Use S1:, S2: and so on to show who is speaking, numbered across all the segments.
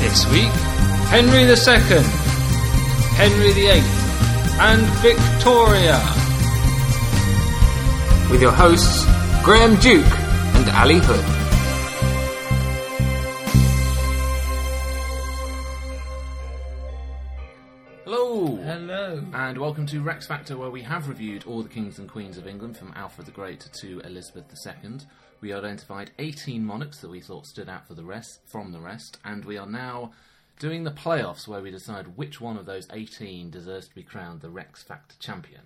S1: This week, Henry II, Henry VIII, and Victoria. With your hosts, Graham Duke and Ali Hood.
S2: Hello.
S1: Hello.
S2: And welcome to Rex Factor, where we have reviewed all the kings and queens of England from Alfred the Great to Elizabeth II. We identified 18 monarchs that we thought stood out for the rest from the rest, and we are now doing the playoffs where we decide which one of those 18 deserves to be crowned the Rex Factor champion.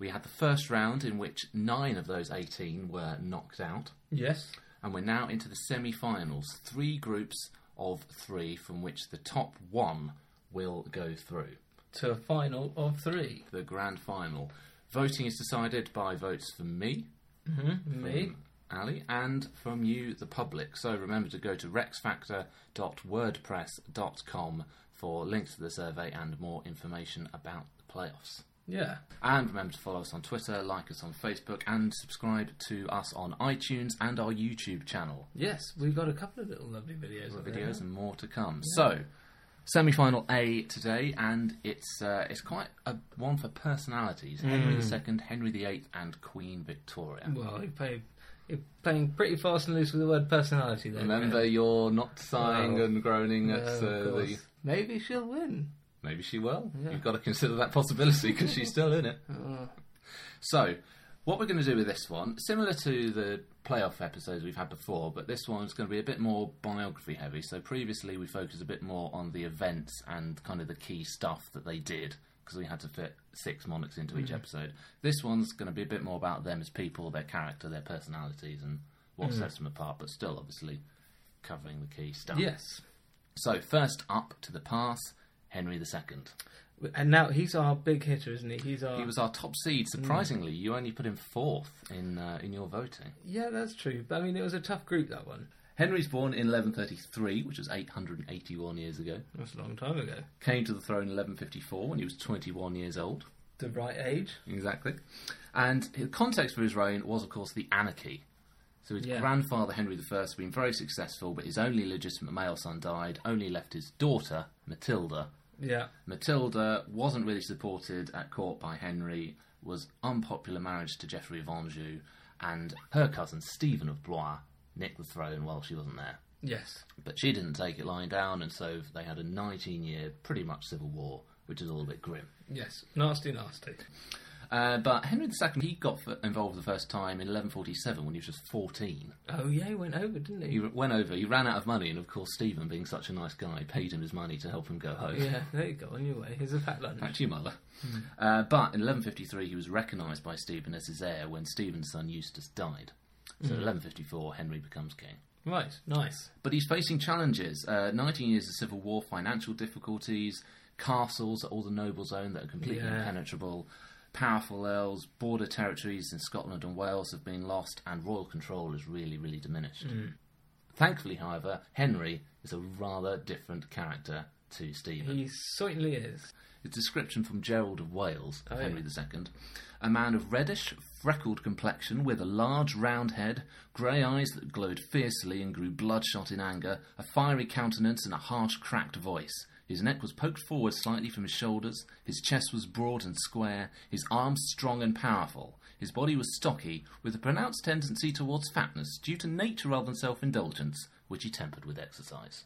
S2: We had the first round in which nine of those 18 were knocked out,
S1: Yes.
S2: and we're now into the semi-finals, three groups of three from which the top one will go through
S1: To a final of three.
S2: the grand final. Voting is decided by votes from me,
S1: Mm-hmm. Me.
S2: Ali, and from you, the public. So remember to go to rexfactor.wordpress.com for links to the survey and more information about the playoffs.
S1: Yeah.
S2: And remember to follow us on Twitter, like us on Facebook, and subscribe to us on iTunes and our YouTube channel.
S1: Yes, we've got a couple of little lovely videos.
S2: More
S1: up there.
S2: videos and more to come. So, semi-final A today, and it's uh, it's quite a one for personalities: Henry II, Henry VIII, and Queen Victoria.
S1: Hmm. Well, you play, you're playing pretty fast and loose with the word personality there.
S2: Remember your not sighing
S1: Well,
S2: and groaning
S1: Graham.
S2: at
S1: Yeah,
S2: uh,
S1: of
S2: the.
S1: course. Maybe she'll win.
S2: Maybe she will. You've got to consider that possibility because she's still in it. So, what we're going to do with this one, similar to the playoff episodes we've had before, but this one's going to be a bit more biography heavy. So, previously we focused a bit more on the events and kind of the key stuff that they did because we had to fit six monarchs into each episode. This one's going to be a bit more about them as people, their character, their personalities, and what sets them apart, but still obviously covering the key stuff.
S1: Yes.
S2: So, first up to the pass, Henry II.
S1: And now he's our big hitter, isn't he? He's our.
S2: He was our top seed. Surprisingly, you only put him fourth in uh, in your voting.
S1: Yeah, that's true. But I mean, it was a tough group that one.
S2: Henry's born in 1133, which was 881 years ago.
S1: That's a long time ago.
S2: Came to the throne in 1154 when he was 21 years old.
S1: The right age.
S2: Exactly. And the context for his reign was, of course, the anarchy. So his
S1: Yeah.
S2: grandfather Henry I had been very successful, but his only legitimate male son died. Only left his daughter Matilda,
S1: Yeah.
S2: Matilda wasn't really supported at court by Henry, was unpopular marriage to Geoffrey of Anjou, and her cousin Stephen of Blois nicked the throne while she wasn't there.
S1: Yes.
S2: But she didn't take it lying down, and so they had a 19 year, pretty much civil war, which is all a bit grim.
S1: Yes. Nasty, nasty.
S2: Uh, but Henry II, he got f- involved for the first time in 1147 when he was just 14.
S1: Oh yeah, he went over, didn't
S2: He
S1: he?
S2: r- went over, he ran out of money, and of course, Stephen, being such a nice guy, paid him his money to help him go home.
S1: Yeah. There you go. On your way. Here's a fat lunch.
S2: Back to your mother. Uh, but in 1153, he was recognised by Stephen as his heir when Stephen's son Eustace died. So in 1154, Henry becomes king.
S1: Right. Nice.
S2: But he's facing challenges uh, 19 years of civil war, financial difficulties, castles that all the nobles own that are completely
S1: Yeah.
S2: impenetrable, powerful earls, border territories in Scotland and Wales have been lost, and royal control is really, really diminished. Thankfully, however, Henry is a rather different character to Stephen.
S1: He certainly is.
S2: A description from Gerald of Wales, of
S1: Oh,
S2: Henry II. A man of reddish, freckled complexion, with a large round head, grey eyes that glowed fiercely and grew bloodshot in anger, a fiery countenance, and a harsh, cracked voice. His neck was poked forward slightly from his shoulders, his chest was broad and square, his arms strong and powerful. His body was stocky, with a pronounced tendency towards fatness due to nature rather than self indulgence, which he tempered with exercise.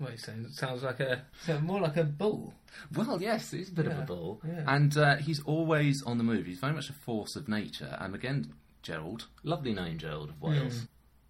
S1: Well, he sounds, sounds like a sounds more like a bull.
S2: Well, yes, he's a bit of a bull, and uh, he's always on the move. He's very much a force of nature. And again, Gerald, lovely name, Gerald of Wales.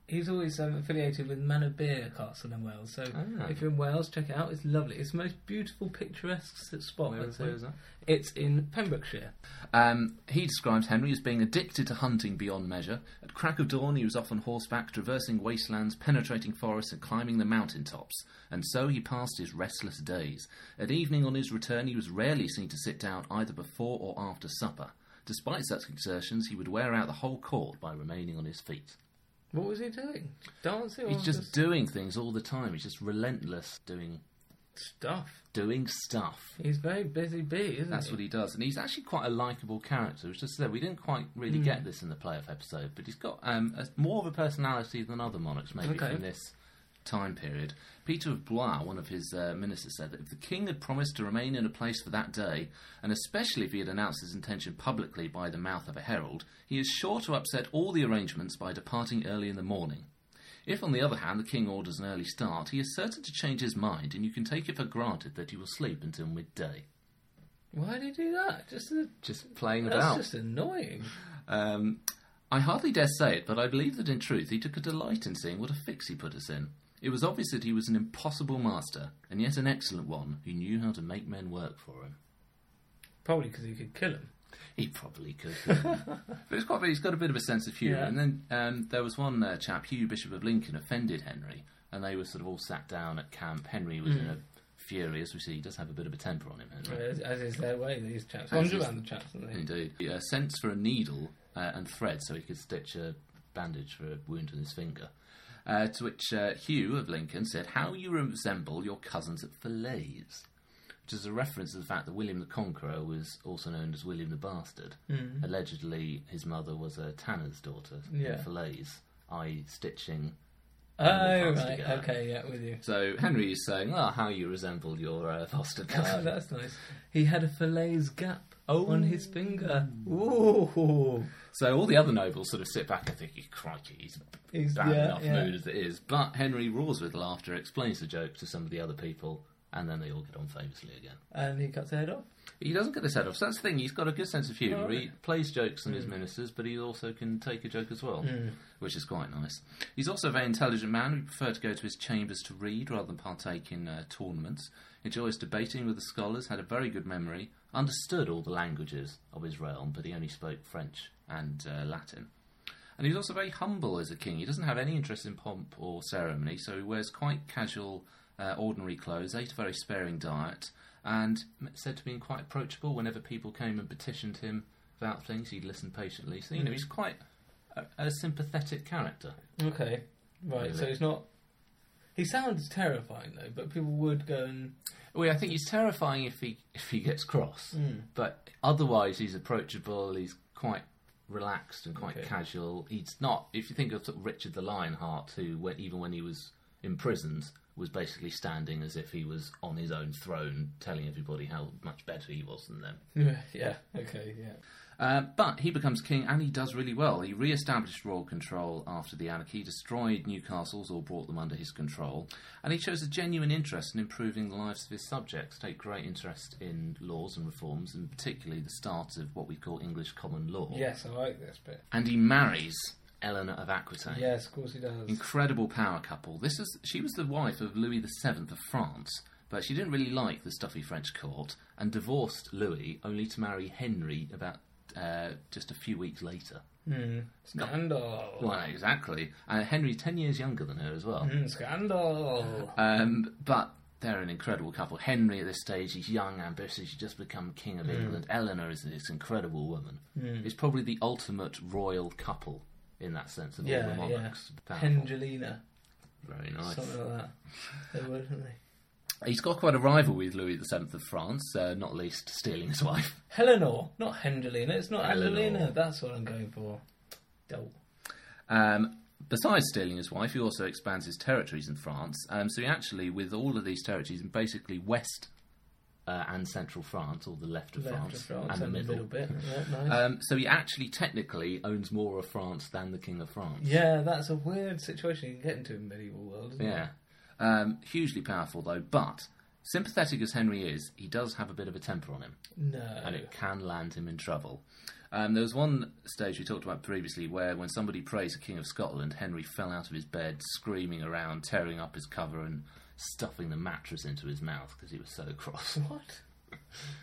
S1: He's always um, affiliated with Manor Beer Castle in Wales. So
S2: Ah.
S1: if you're in Wales, check it out. It's lovely. It's the most beautiful, picturesque s- spot.
S2: Where
S1: I'd
S2: is-
S1: say.
S2: where is that?
S1: It's in Pembrokeshire.
S2: Um, he describes Henry as being addicted to hunting beyond measure. At crack of dawn, he was off on horseback, traversing wastelands, penetrating forests, and climbing the mountain tops. And so he passed his restless days. At evening, on his return, he was rarely seen to sit down either before or after supper. Despite such exertions, he would wear out the whole court by remaining on his feet.
S1: What was he doing? Dancing?
S2: He's
S1: or
S2: just doing things all the time. He's just relentless doing
S1: stuff.
S2: doing stuff.
S1: He's very busy bee, isn't
S2: That's
S1: he?
S2: what he does, and he's actually quite a likable character. Which just said we didn't quite really
S1: Hmm.
S2: get this in the playoff episode, but he's got um, a, more of a personality than other monarchs, maybe
S1: Okay.
S2: from this time period. Peter of Blois, one of his uh, ministers, said that if the king had promised to remain in a place for that day, and especially if he had announced his intention publicly by the mouth of a herald, he is sure to upset all the arrangements by departing early in the morning. If, on the other hand, the king orders an early start, he is certain to change his mind, and you can take it for granted that he will sleep until midday
S1: Why did he do that? Just to,
S2: just playing
S1: that's
S2: about.
S1: just annoying.
S2: Um, I hardly dare say it, but I believe that in truth he took a delight in seeing what a fix he put us in. It was obvious that he was an impossible master, and yet an excellent one who knew how to make men work for him.
S1: Probably because he could kill him.
S2: He probably could. couldn't he? but it's quite, he's got a bit of a sense of humour.
S1: Yeah.
S2: And then um, there was one uh, chap, Hugh, Bishop of Lincoln, offended Henry, and they were sort of all sat down at camp. Henry was in a fury, as we see. He does have a bit of a temper on him, Henry.
S1: As, as is their way, these chaps.
S2: As
S1: Wander
S2: is-
S1: around the chaps, don't they?
S2: Indeed. He uh, sends for a needle uh, and thread so he could stitch a bandage for a wound in his finger. Uh, to which uh, Hugh of Lincoln said, How you resemble your cousins at Falaise. Which is a reference to the fact that William the Conqueror was also known as William the Bastard. Allegedly, his mother was a tanner's daughter
S1: Hmm. Yeah.
S2: in Falaise, i.e., stitching.
S1: Oh,
S2: Foster
S1: right.
S2: guy.
S1: Okay, yeah, with you.
S2: So Henry is saying, Oh, how you resemble your uh, foster
S1: Oh,
S2: cousin.
S1: that's nice. He had a fillet's gap on his finger. Ooh.
S2: So all the other nobles sort of sit back and think, "Oh, crikey, he's,
S1: He's-
S2: he's bad
S1: yeah,
S2: enough
S1: yeah.
S2: mood as it is. But Henry roars with laughter, explains the joke to some of the other people, and then they all get on famously again.
S1: And he cuts the head off.
S2: He doesn't get this head off. So that's the thing, he's got a good sense of humour. He plays jokes
S1: Hmm.
S2: on his ministers, but he also can take a joke as well, which is quite nice. He's also a very intelligent man who preferred to go to his chambers to read rather than partake in uh, tournaments. Enjoys debating with the scholars, had a very good memory, understood all the languages of his realm, but he only spoke French and uh, Latin. And he's also very humble as a king. He doesn't have any interest in pomp or ceremony, so he wears quite casual, uh, ordinary clothes, ate a very sparing diet, and m- said to being quite approachable whenever people came and petitioned him about things. He'd listen patiently. So, you know, he's quite a, a sympathetic character.
S1: Okay. Right, so
S2: Really?
S1: he's not. He sounds terrifying, though, but people would go and.
S2: Well, I think he's terrifying if he if he gets cross, but otherwise he's approachable. He's quite relaxed and quite
S1: Okay.
S2: casual. He's not. If you think of, sort of Richard the Lionheart, who when, even when he was imprisoned was basically standing as if he was on his own throne, telling everybody how much better he was than them.
S1: yeah, okay, yeah.
S2: Uh, but he becomes king and he does really well. He re established royal control after the anarchy, destroyed new castles or brought them under his control, and he shows a genuine interest in improving the lives of his subjects, take great interest in laws and reforms, and particularly the start of what we call English common law.
S1: Yes, I like this bit.
S2: And he marries Eleanor of Aquitaine.
S1: Yes, of course he does.
S2: Incredible power couple. This is she was the wife of Louis VII of France, but she didn't really like the stuffy French court and divorced Louis only to marry Henry about uh, just a few weeks later.
S1: Scandal.
S2: Well, exactly. Uh, Henry ten years younger than her as well.
S1: Mm, Scandal.
S2: Um, but they're an incredible couple. Henry at this stage, he's young, ambitious, he's just become king of
S1: Mm.
S2: England. Eleanor is this incredible woman. It's probably the ultimate royal couple in that sense of all
S1: yeah,
S2: the
S1: yeah.
S2: monarchs. Powerful.
S1: Pengelina.
S2: Very nice.
S1: Something like that. They would, wouldn't they?
S2: He's got quite a rival with Louis VII of France, uh, not least stealing his wife.
S1: Helenor, not Hendelina. It's not
S2: Helenor.
S1: Angelina. That's what I'm going for. Dope.
S2: Um, besides stealing his wife, he also expands his territories in France. Um, so he actually, with all of these territories in basically West uh, and Central France, or the left of,
S1: Left
S2: France,
S1: of France
S2: and the middle.
S1: bit. Yeah, nice.
S2: Um, so he actually technically owns more of France than the King of France.
S1: yeah, that's a weird situation you can get into in medieval world. Isn't
S2: Yeah. Um, hugely powerful, though, but sympathetic as Henry is, he does have a bit of a temper on him and
S1: No.
S2: it can land him in trouble. Um, there was one stage we talked about previously where, when somebody praised the King of Scotland, Henry fell out of his bed, screaming around, tearing up his cover, and stuffing the mattress into his mouth because he was so cross.
S1: What?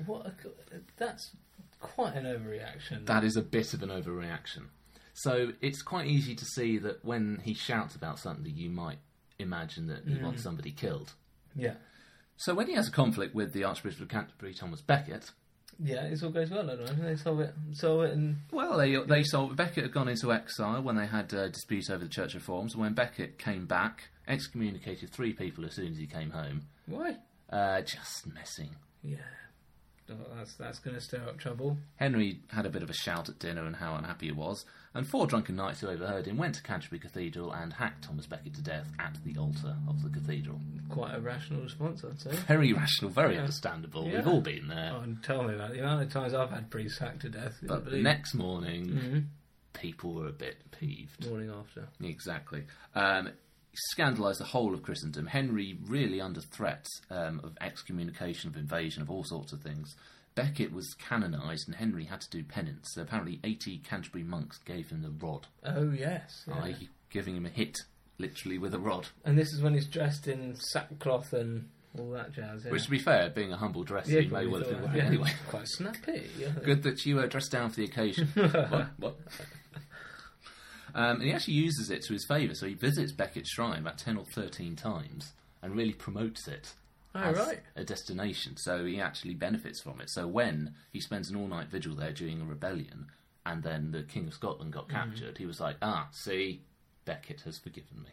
S1: What? A, co- that's quite an overreaction.
S2: That is a bit of an overreaction. So it's quite easy to see that when he shouts about something, you might imagine that he
S1: Mm.
S2: wants somebody killed.
S1: yeah.
S2: So when he has a conflict with the Archbishop of Canterbury, Thomas Becket,
S1: Yeah, it all goes well, I don't know. They solve it, solve it, and
S2: Well, they they sold. Becket had gone into exile when they had a dispute over the Church reforms. When Becket came back, excommunicated three people as soon as he came home.
S1: why?
S2: Uh, just messing.
S1: Yeah. Oh, that's that's going to stir up trouble.
S2: Henry had a bit of a shout at dinner and how unhappy he was, and four drunken knights who overheard him went to Canterbury Cathedral and hacked Thomas Becket to death at the altar of the cathedral.
S1: Quite a rational response, I'd say.
S2: Very rational, very understandable.
S1: Yeah.
S2: We've all been there.
S1: Oh, and tell me about the amount of times I've had priests hacked to death.
S2: but the
S1: Believe- Mm-hmm.
S2: next morning, people were a bit peeved.
S1: morning after.
S2: Exactly. Um, scandalised the whole of Christendom. Henry really under threat um, of excommunication, of invasion, of all sorts of things. Becket was canonised and Henry had to do penance. So apparently, 80 Canterbury monks gave him the rod,
S1: Oh yes. yeah.
S2: i.e., giving him a hit, literally with a rod.
S1: And this is when he's dressed in sackcloth and all that jazz. Yeah.
S2: Which, to be fair, being a humble dresser,
S1: Yeah,
S2: he may
S1: probably
S2: well have been
S1: thought,
S2: wearing
S1: yeah,
S2: anyway.
S1: Quite snappy. Yeah.
S2: Good that you were dressed down for the occasion. what? what? Um, and he actually uses it to his favour. So he visits Becket's shrine about 10 or 13 times and really promotes it
S1: Oh,
S2: as
S1: right.
S2: a destination. So he actually benefits from it. So when he spends an all night vigil there during a rebellion and then the King of Scotland
S1: Mm-hmm.
S2: got captured, he was like, ah, see, Beckett has forgiven me.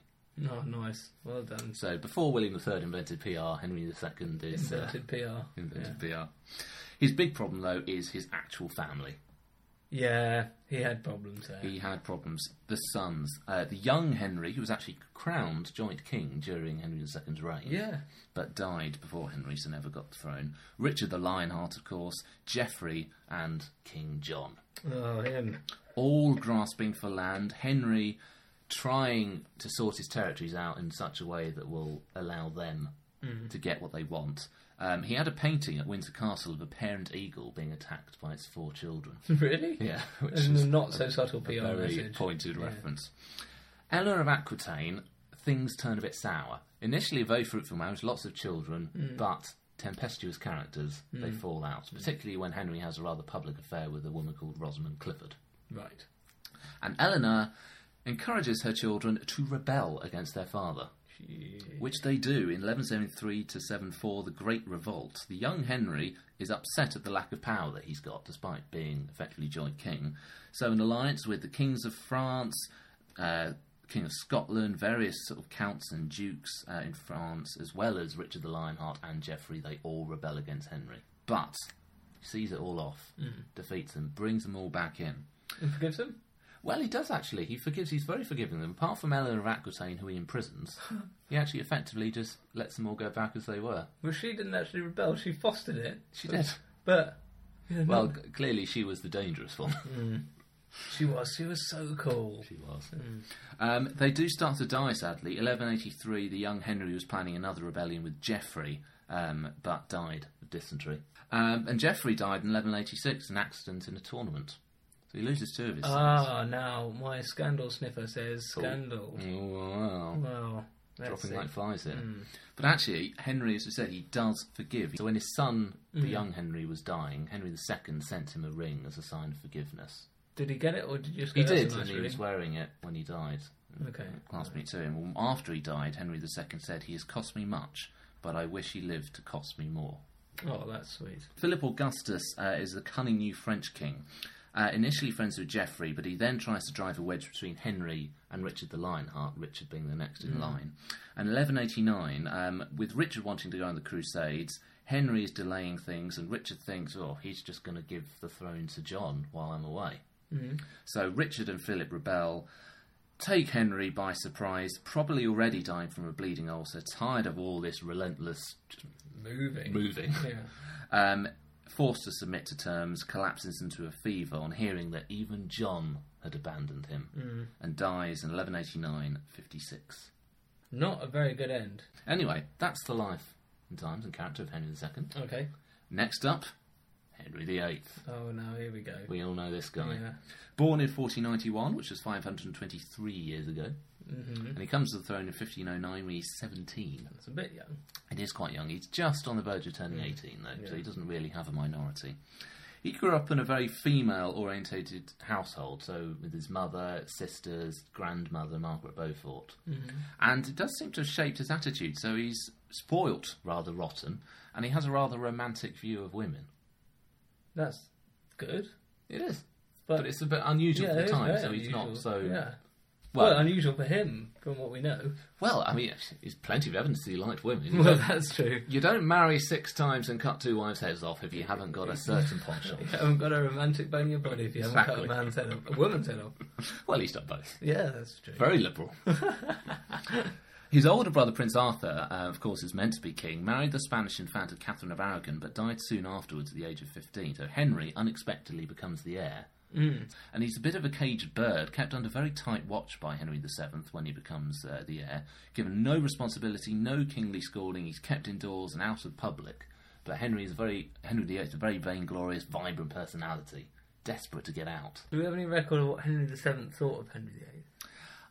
S1: No,
S2: Mm-hmm.
S1: Oh, nice. Well done.
S2: So before William III invented PR, Henry II is. Uh,
S1: Invented PR.
S2: invented PR. His big problem, though, is his actual family.
S1: Yeah, he had problems there.
S2: He had problems. The sons, uh, the young Henry, who was actually crowned joint king during Henry II's reign,
S1: Yeah.
S2: but died before Henry, so never got the throne. Richard the Lionheart, of course, Geoffrey, and King John,
S1: Oh, him.
S2: all grasping for land. Henry trying to sort his territories out in such a way that will allow them to get what they want. Um, he had a painting at Windsor Castle of a parent eagle being attacked by its four children.
S1: Really?
S2: Yeah, which
S1: This is
S2: is
S1: a not so subtle
S2: a
S1: PR
S2: very
S1: message.
S2: pointed reference. Eleanor of Aquitaine, things turn a bit sour. Initially, a very fruitful marriage, lots of children, but tempestuous characters. They fall out, particularly when Henry has a rather public affair with a woman called Rosamond Clifford.
S1: Right.
S2: And Eleanor encourages her children to rebel against their father. Which they do in 1173 to 74, the Great Revolt. The young Henry is upset at the lack of power that he's got, despite being effectively joint king. So, an alliance with the kings of France, uh, King of Scotland, various sort of counts and dukes uh, in France, as well as Richard the Lionheart and Geoffrey, they all rebel against Henry. But he sees it all off, defeats them, brings them all back in.
S1: And forgives him?
S2: Well, he does actually. He forgives. He's very forgiving of them. Apart from Eleanor of Aquitaine, who he imprisons, he actually effectively just lets them all go back as they were.
S1: Well, she didn't actually rebel. She fostered it.
S2: She
S1: But-
S2: did.
S1: But
S2: Well, c- clearly she was the dangerous one.
S1: she was. She was so cool.
S2: she was. Um, they do start to die, sadly. 1183, the young Henry was planning another rebellion with Geoffrey, um, but died of dysentery. Um, and Geoffrey died in 1186, an accident in a tournament. So he loses two of his sons.
S1: Ah, now my scandal sniffer says scandal.
S2: Oh, wow.
S1: Well, let's see.
S2: dropping
S1: Hmm.
S2: like flies here. But actually, Henry, as we said, he does forgive. So when his son,
S1: Hmm.
S2: the young Henry, was dying, Henry II sent him a ring as a sign of forgiveness.
S1: Did he get it, or did you just? Go,
S2: He
S1: "That's a
S2: did,
S1: nice
S2: and he
S1: ring?"
S2: was wearing it when he died.
S1: Okay.
S2: Clasped me to him. Well, after he died, Henry II said, "He has cost me much, but I wish he lived to cost me more."
S1: Oh, that's sweet.
S2: Philip Augustus uh, is the cunning new French king. Uh, initially friends with Geoffrey, but he then tries to drive a wedge between Henry and Richard the Lionheart, Richard being the next in line. And 1189, um, with Richard wanting to go on the Crusades, Henry is delaying things, and Richard thinks, oh, he's just going to give the throne to John while I'm away. So Richard and Philip rebel, take Henry by surprise, probably already dying from a bleeding ulcer, tired of all this relentless
S1: Moving.
S2: moving
S1: Yeah.
S2: um, forced to submit to terms, collapses into a fever on hearing that even John had abandoned him, and dies in 1189, 56.
S1: Not a very good end.
S2: Anyway, that's the life and times and character of Henry II.
S1: Okay.
S2: Next up, Henry VIII.
S1: Oh no, here we go.
S2: We all know this guy.
S1: Yeah.
S2: Born in 1491, which was 523 years ago, and he comes to the throne in 1509 when he's 17.
S1: It's a bit young.
S2: It is quite young. He's just on the verge of
S1: Mm.
S2: turning 18, though, so he doesn't really have a minority. He grew up in a very female orientated household, so with his mother, sisters, grandmother, Margaret Beaufort.
S1: Mm-hmm.
S2: And it does seem to have shaped his attitude, so he's spoilt, rather rotten, and he has a rather romantic view of women.
S1: That's good.
S2: It is.
S1: But-
S2: But, it's a bit unusual for
S1: it
S2: the
S1: is
S2: time,
S1: very
S2: so he's not
S1: unusual.
S2: so.
S1: Yeah. Well,
S2: Well,
S1: unusual for him, from what we know.
S2: well, I mean, there's plenty of evidence that he liked women. You
S1: Well,
S2: don't-
S1: that's true.
S2: You don't marry six times and cut two wives' heads off if you haven't got a certain penchant.
S1: You haven't got a romantic bone in your body if you haven't
S2: Exactly.
S1: cut a man's head off, a woman's head off.
S2: Well, he's done both.
S1: Yeah, that's true.
S2: Very liberal. His older brother, Prince Arthur, uh, of course, is meant to be king, married the Spanish infanta Catherine of Aragon, but died soon afterwards at the age of 15. So Henry unexpectedly becomes the heir. And he's a bit of a caged bird, kept under very tight watch by Henry VII when he becomes uh, the heir. Given no responsibility, no kingly schooling, he's kept indoors and out of public. But Henry is a very Henry VIII is a very vainglorious, vibrant personality, desperate to get out.
S1: Do we have any record of what Henry VII thought of Henry VIII?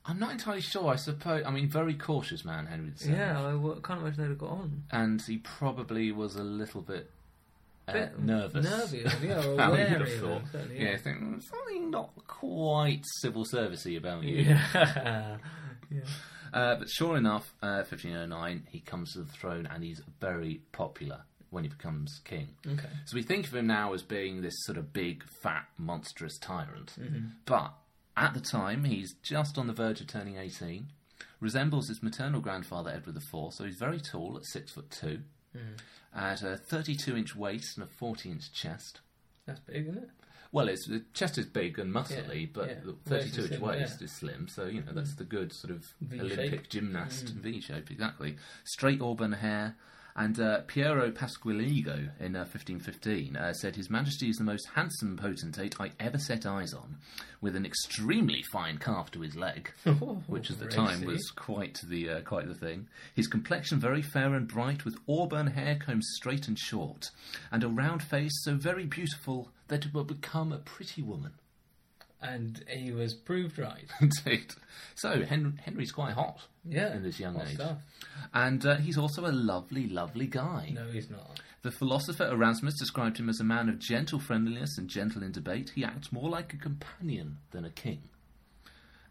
S2: I'm not entirely sure. I suppose. I mean, very cautious man, Henry VII.
S1: Yeah, I w- can't imagine they'd have got on.
S2: and he probably was a little bit, uh,
S1: Bit
S2: nervous.
S1: nervy, yeah, or
S2: How
S1: wary
S2: you'd have
S1: of
S2: thought.
S1: him, certainly,
S2: yeah,
S1: yeah.
S2: think, "Mm, something not quite civil servicey about you.
S1: Yeah.
S2: Uh, but sure enough, uh, 1509, he comes to the throne and he's very popular when he becomes king. Okay. So we think of him now as being this sort of big, fat, monstrous tyrant. But at the time, he's just on the verge of turning 18, resembles his maternal grandfather, Edward IV, so he's very tall at 6 foot 2, at a 32 inch waist and a 40 inch chest.
S1: That's big, isn't it?
S2: Well, it's the chest is big and muscly,
S1: Yeah,
S2: but
S1: yeah.
S2: the
S1: Waist is
S2: 32 inch
S1: slim,
S2: waist
S1: yeah. Mm.
S2: is slim, so you know that's the good sort of
S1: V
S2: Olympic
S1: shape.
S2: gymnast
S1: Mm.
S2: V shape, exactly. Straight auburn hair. And uh, Piero Pasqualigo in uh, 1515 uh, said, His Majesty is the most handsome potentate I ever set eyes on, with an extremely fine calf to his leg,
S1: Oh,
S2: which at the time
S1: racy.
S2: was quite the uh, quite the thing. His complexion very fair and bright, with auburn hair combed straight and short, and a round face so very beautiful that it will become a pretty woman.
S1: And he was proved right.
S2: Indeed. So Hen- Henry's quite hot
S1: Yeah.
S2: in this young
S1: Hot
S2: age,
S1: stuff.
S2: and uh, he's also a lovely, lovely guy.
S1: No, he's not.
S2: The philosopher Erasmus described him as a man of gentle friendliness and gentle in debate. He acts more like a companion than a king.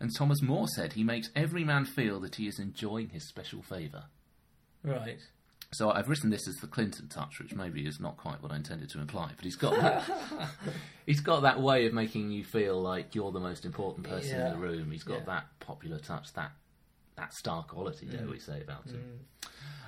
S2: And Thomas More said he makes every man feel that he is enjoying his special favour.
S1: Right.
S2: So I've written this as the Clinton touch, which maybe is not quite what I intended to imply, but he's got that, he's got that way of making you feel like you're the most important person
S1: Yeah.
S2: in the room. He's got
S1: Yeah.
S2: that popular touch, that that star quality,
S1: Mm.
S2: dare we say about him.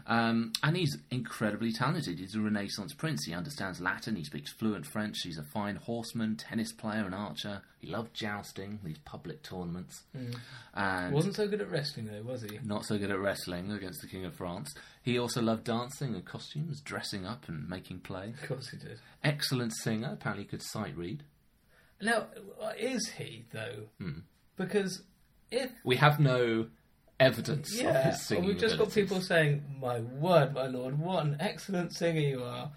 S2: Um, and he's incredibly talented. He's a Renaissance prince. He understands Latin. He speaks fluent French. He's a fine horseman, tennis player, and archer. He loved jousting, these public tournaments,
S1: Mm.
S2: and
S1: Wasn't so good at wrestling, though, was he?
S2: not so good at wrestling against the King of France. He also loved dancing and costumes, dressing up and making play.
S1: Of course he did.
S2: Excellent singer, apparently could sight read.
S1: Now, is he, though?
S2: Hmm.
S1: Because if
S2: We have no evidence of
S1: Yeah,
S2: his singing.
S1: we've just got
S2: abilities.
S1: people saying, "My word, my lord, what an excellent singer you are!"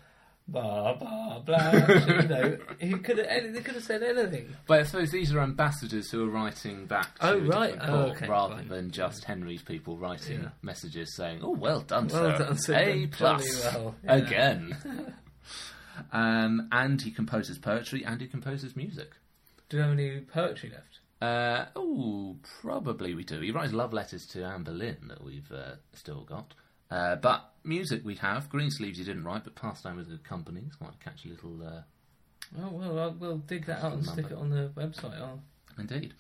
S1: Blah blah blah. you know, he could have. any- They could have said anything.
S2: But I suppose these are ambassadors who are writing back to
S1: Oh,
S2: a
S1: right.
S2: different
S1: Oh,
S2: court,
S1: okay,
S2: rather
S1: fine.
S2: than just Henry's people writing messages saying, "Oh, well done, sir.
S1: done, sir.
S2: A
S1: Done
S2: plus
S1: jolly well." Yeah.
S2: again." um, and he composes poetry and he composes music.
S1: Do you have any poetry left?
S2: Uh, oh, probably we do. He writes love letters to Anne Boleyn that we've uh, still got. Uh, but music we have. Greensleeves he didn't write, but Pastime with Good Company. It's quite a catchy little. Uh,
S1: Oh well, I'll, we'll dig that out and stick it on the website. Oh, I'll,
S2: indeed.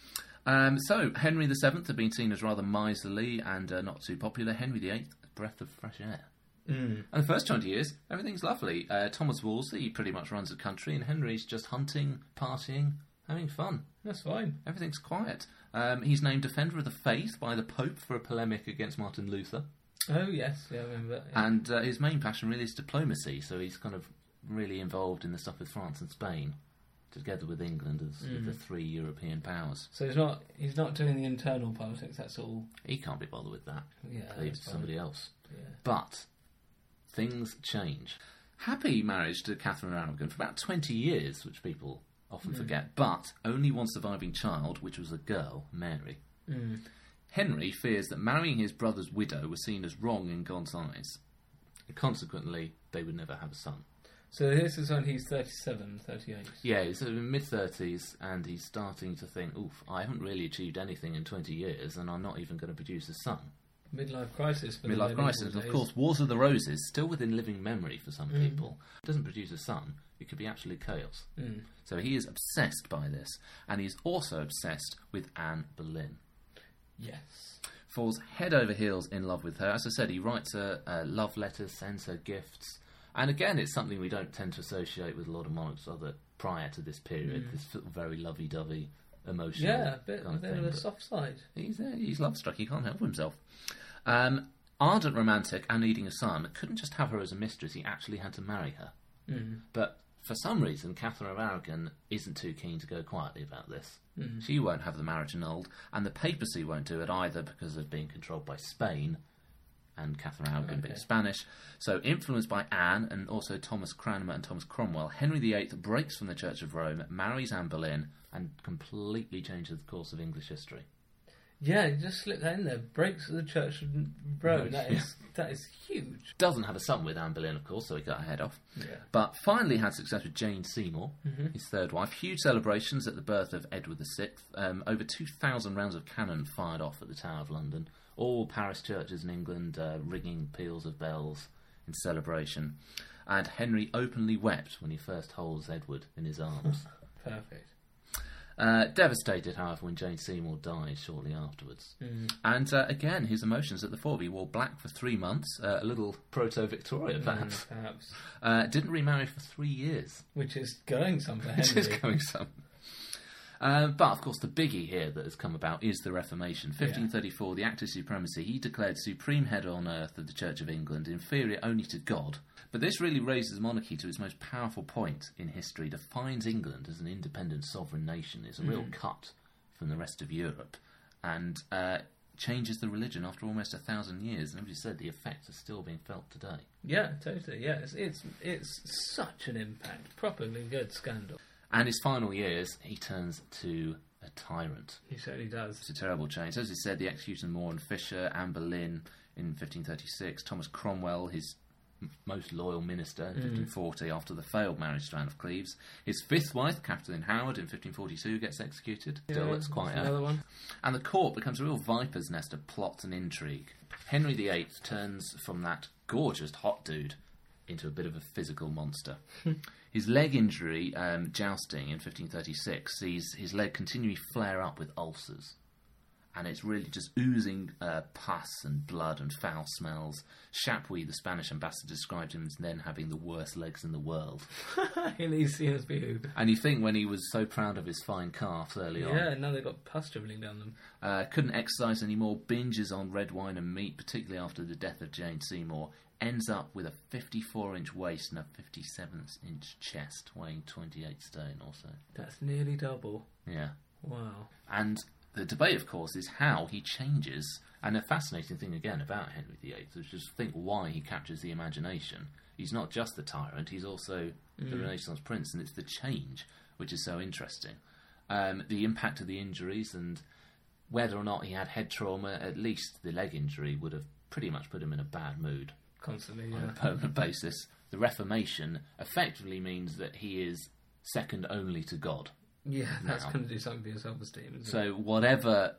S2: Um, so, Henry VII had been seen as rather miserly and uh, not too popular. Henry VIII, a breath of fresh air. Mm. And the first 20 years, everything's lovely. Uh, Thomas Wolsey pretty much runs the country, and Henry's just hunting, partying, having fun.
S1: that's fine.
S2: Everything's quiet. Um, he's named Defender of the Faith by the Pope for a polemic against Martin Luther.
S1: Oh yes, yeah, I remember. that, yeah.
S2: And uh, his main passion really is diplomacy, so he's kind of really involved in the stuff with France and Spain. together with England as the three European powers.
S1: So he's not he's not doing the internal politics. That's all.
S2: He can't be bothered with that.
S1: Yeah,
S2: Leave
S1: that's
S2: to somebody else. But things change. Happy marriage to Catherine of Aragon for about 20 years, which people often
S1: Hmm.
S2: forget, but only one surviving child, which was a girl, Mary.
S1: Hmm.
S2: Henry fears that marrying his brother's widow was seen as wrong in God's eyes, and consequently, they would never have a son.
S1: So this is when he's 37, 38.
S2: Yeah, he's sort of in mid thirties, and he's starting to think, "Oof, I haven't really achieved anything in twenty years, and I'm not even going to produce a son."
S1: Midlife crisis. For the
S2: Midlife
S1: medieval
S2: crisis, of
S1: days. Mm.
S2: course. Wars of the Roses, still within living memory for some people, doesn't produce a son. It could be absolute chaos.
S1: Mm.
S2: So he is obsessed by this, and he's also obsessed with Anne Boleyn.
S1: Yes.
S2: Falls head over heels in love with her. As I said, he writes her uh, love letters, sends her gifts, and again, it's something we don't tend to associate with a lot of monarchs other prior to this period. This sort of very lovey-dovey, emotional.
S1: Mm. Yeah, a bit,
S2: kind
S1: a
S2: of
S1: bit
S2: thing,
S1: of the
S2: but-
S1: soft side.
S2: He's uh, he's love struck. He can't help himself. Um, ardent romantic and needing a son, couldn't just have her as a mistress. He actually had to marry her. But for some reason, Catherine of Aragon isn't too keen to go quietly about this. She won't have the marriage annulled, and the papacy won't do it either because of being controlled by Spain and Catherine of Aragon being Spanish. So, influenced by Anne and also Thomas Cranmer and Thomas Cromwell, Henry VIII breaks from the Church of Rome, marries Anne Boleyn, and completely changes the course of English history.
S1: Yeah, you just slip that in there. Breaks the church of Rome. That is that is huge.
S2: Doesn't have a son with Anne Boleyn, of course, so he got her head off.
S1: Yeah.
S2: But finally had success with Jane Seymour, his third wife. Huge celebrations at the birth of Edward VI. Um, over 2,000 rounds of cannon fired off at the Tower of London. All Paris churches in England uh, ringing peals of bells in celebration. And Henry openly wept when he first holds Edward in his arms.
S1: Perfect.
S2: Uh, devastated, however, when Jane Seymour died shortly afterwards. And uh, again, his emotions at the fore. He wore black for three months, uh, a little proto Victoria,
S1: Mm-hmm.
S2: perhaps.
S1: Perhaps.
S2: Uh, didn't remarry for three years,
S1: Which is going somewhere.
S2: which is going some. Uh, but of course, the biggie here that has come about is the Reformation. 1534, the Act of Supremacy, he declared supreme head on earth of the Church of England, inferior only to God. But this really raises monarchy to its most powerful point in history, defines England as an independent sovereign nation. It's a real cut from the rest of Europe and uh, changes the religion after almost a thousand years. And as you said, the effects are still being felt today.
S1: Yeah, totally. Yeah, it's, it's it's such an impact. Properly good scandal.
S2: And his final years, he turns to a tyrant.
S1: He certainly does.
S2: It's a terrible change. As he said, the execution of Moore and Fisher, Anne Boleyn in 1536, Thomas Cromwell, his m- most loyal minister in 1540 after the failed marriage to Anne of Cleves. His fifth wife, Catherine Howard, in 1542 gets executed. Still, it's quite a-
S1: another one.
S2: and the court becomes a real viper's nest of plot and intrigue. Henry VIII turns from that gorgeous hot dude into a bit of a physical monster. his leg injury, um, jousting in 1536, sees his leg continually flare up with ulcers. And it's really just oozing uh, pus and blood and foul smells. Chapuis, the Spanish ambassador, described him as then having the worst legs in the world.
S1: In these scenes, be
S2: And you think when he was so proud of his fine calves early on,
S1: Yeah, now they've got pus dribbling down them.
S2: uh, couldn't exercise anymore, binges on red wine and meat, particularly after the death of Jane Seymour, ends up with a 54 inch waist and a 57 inch chest, weighing 28 stone or so.
S1: That's nearly double.
S2: Yeah.
S1: Wow.
S2: And the debate, of course, is how he changes. And a fascinating thing again about Henry VIII is just think why he captures the imagination. He's not just the tyrant; he's also the Renaissance prince, and it's the change which is so interesting. Um, the impact of the injuries and whether or not he had head trauma, at least the leg injury would have pretty much put him in a bad mood
S1: Constantly,
S2: on a
S1: yeah.
S2: permanent basis. The Reformation effectively means that he is second only to God.
S1: Yeah, that's
S2: Now.
S1: going to do something to your self esteem.
S2: So whatever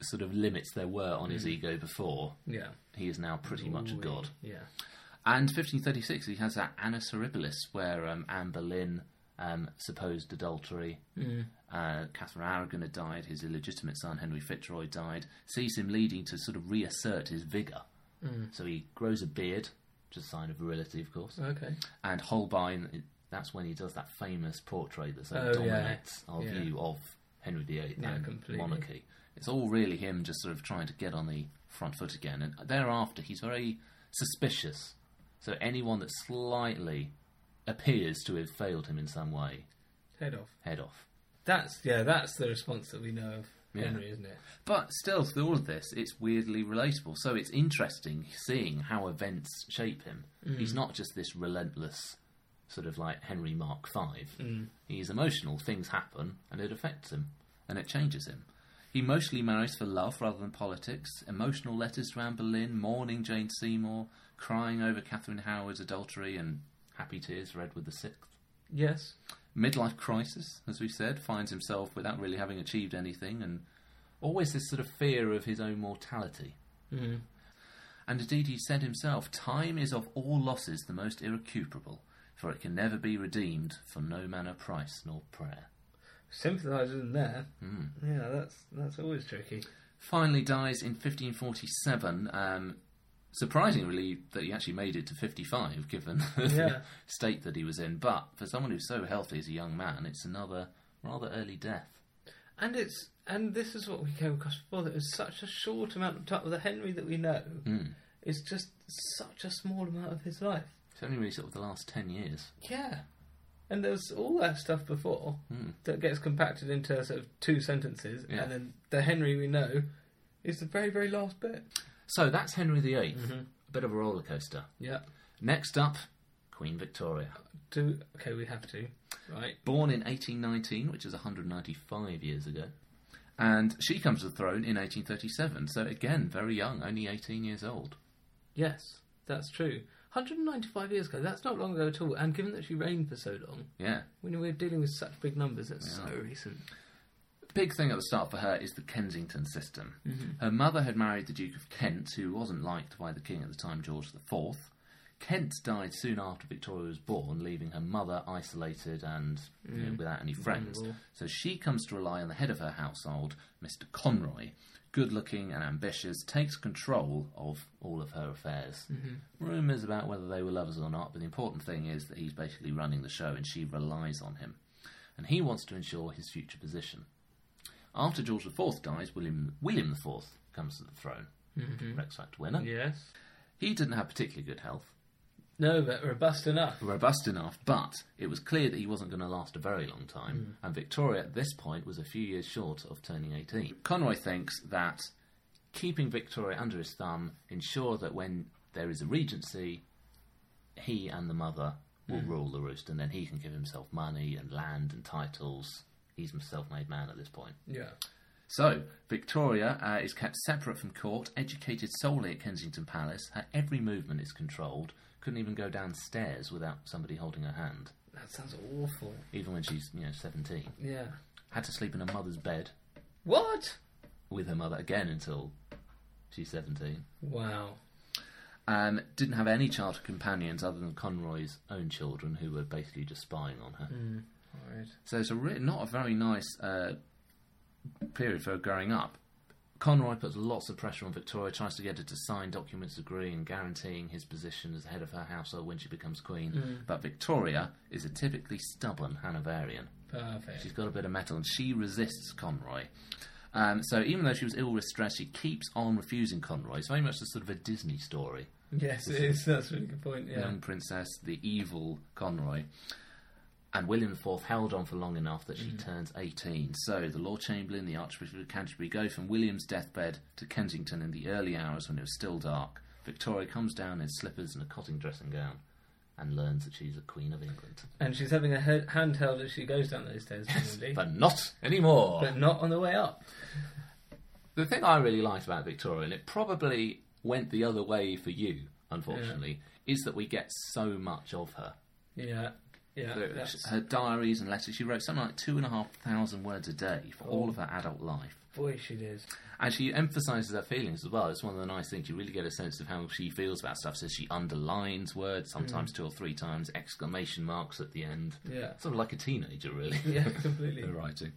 S2: sort of limits there were on his ego before,
S1: Yeah.
S2: he is now pretty much a god.
S1: Yeah.
S2: And 1536, he has that Annus Horribilis, where um, Anne Boleyn, um, supposed adultery, uh, Catherine Aragon had died, his illegitimate son Henry Fitzroy died, sees him leading to sort of reassert his vigour. So he grows a beard, which is a sign of virility, of course.
S1: Okay.
S2: And Holbein, that's when he does that famous portrait that so
S1: Oh, yeah.
S2: dominates our
S1: Yeah.
S2: view of Henry VIII
S1: Yeah,
S2: and
S1: completely.
S2: monarchy. It's all really him just sort of trying to get on the front foot again. And thereafter, he's very suspicious. So anyone that slightly appears to have failed him in some way,
S1: Head off.
S2: head off.
S1: That's yeah. That's the response that we know of
S2: Yeah.
S1: Henry, isn't it?
S2: But still, through all of this, it's weirdly relatable. So it's interesting seeing how events shape him. He's not just this relentless sort of like Henry Mark V. He's emotional. Things happen, and it affects him, and it changes him. He mostly marries for love rather than politics. Emotional letters to Anne Boleyn, mourning Jane Seymour, crying over Catherine Howard's adultery, and happy tears for Edward the Sixth.
S1: Yes.
S2: midlife crisis, as we said, finds himself without really having achieved anything, and always this sort of fear of his own mortality. And indeed, he said himself, "Time is of all losses the most irrecuperable, for it can never be redeemed for no manner price nor prayer."
S1: Sympathising there.
S2: Hmm.
S1: Yeah, that's that's always tricky.
S2: Finally, dies in 1547. Um, surprisingly, that he actually made it to 55, given
S1: Yeah.
S2: the state that he was in. But for someone who's so healthy as a young man, it's another rather early death.
S1: And it's and this is what we came across before. That it was such a short amount of time. The Henry that we know
S2: Hmm.
S1: is just such a small amount of his life.
S2: It's only really sort of the last 10 years.
S1: Yeah. And there's all that stuff before that gets compacted into sort of two sentences,
S2: Hmm. Yeah.
S1: and then the Henry we know is the very, very last bit.
S2: So that's Henry VIII. A bit of a roller coaster.
S1: Yeah.
S2: Next up, Queen Victoria.
S1: Do okay, we have to, right?
S2: Born in 1819, which is 195 years ago. And she comes to the throne in 1837. So again, very young, only 18 years old.
S1: Yes, that's true. 195 years ago, that's not long ago at all. And given that she reigned for so long,
S2: Yeah.
S1: when we're dealing with such big numbers, that's so recent.
S2: big thing at the start for her is the Kensington system. Her mother had married the Duke of Kent, who wasn't liked by the king at the time, George IV. Kent died soon after Victoria was born, leaving her mother isolated and you know, without any friends. So she comes to rely on the head of her household, Mr. Conroy. Good looking and ambitious, takes control of all of her affairs. Rumours about whether they were lovers or not, but the important thing is that he's basically running the show and she relies on him. And he wants to ensure his future position. After George IV dies, William William IV comes to the throne. Rex Act winner.
S1: Yes.
S2: He didn't have particularly good health,
S1: No, but robust enough.
S2: robust enough, but it was clear that he wasn't going to last a very long time. And Victoria at this point was a few years short of turning 18. Conroy thinks that keeping Victoria under his thumb ensure that when there is a regency, he and the mother will rule the roost, and then he can give himself money and land and titles. He's himself made man at this point.
S1: Yeah.
S2: So, Victoria uh, is kept separate from court, educated solely at Kensington Palace. Her every movement is controlled. Couldn't even go downstairs without somebody holding her hand,
S1: That sounds awful.
S2: even when she's, you know, 17.
S1: Yeah.
S2: Had to sleep in her mother's bed
S1: What?
S2: with her mother again until she's 17.
S1: Wow.
S2: Um, didn't have any childhood companions other than Conroy's own children, who were basically just spying on her.
S1: Right.
S2: So it's a re- not a very nice uh, period for growing up. Conroy puts lots of pressure on Victoria, tries to get her to sign documents agreeing, guaranteeing his position as head of her household when she becomes queen. But Victoria is a typically stubborn Hanoverian.
S1: Perfect.
S2: She's got a bit of metal and she resists Conroy. Um, so even though she was ill with stress, she keeps on refusing Conroy. It's very much a sort of a Disney story
S1: Yes, it is. That's a really good point. Yeah.
S2: young princess, the evil Conroy. And William IV held on for long enough that she turns 18. So the Lord Chamberlain, the Archbishop of Canterbury go from William's deathbed to Kensington in the early hours when it was still dark. Victoria comes down in slippers and a cotton dressing gown and learns that she's the Queen of England.
S1: And she's having a he- hand held as she goes down those stairs, presumably.
S2: But not anymore!
S1: but not on the way up.
S2: The thing I really liked about Victoria, and it probably went the other way for you, unfortunately, is that we get so much of her.
S1: Yeah. Yeah.
S2: So
S1: that's-
S2: her diaries and letters. She wrote something like two and a half thousand words a day for
S1: Oh.
S2: all of her adult life.
S1: boy, she does.
S2: And she emphasises her feelings as well. It's one of the nice things. You really get a sense of how she feels about stuff. So she underlines words, sometimes two or three times, exclamation marks at the end.
S1: Mm. Yeah.
S2: Sort of like a teenager, really.
S1: Yeah, completely.
S2: her writing.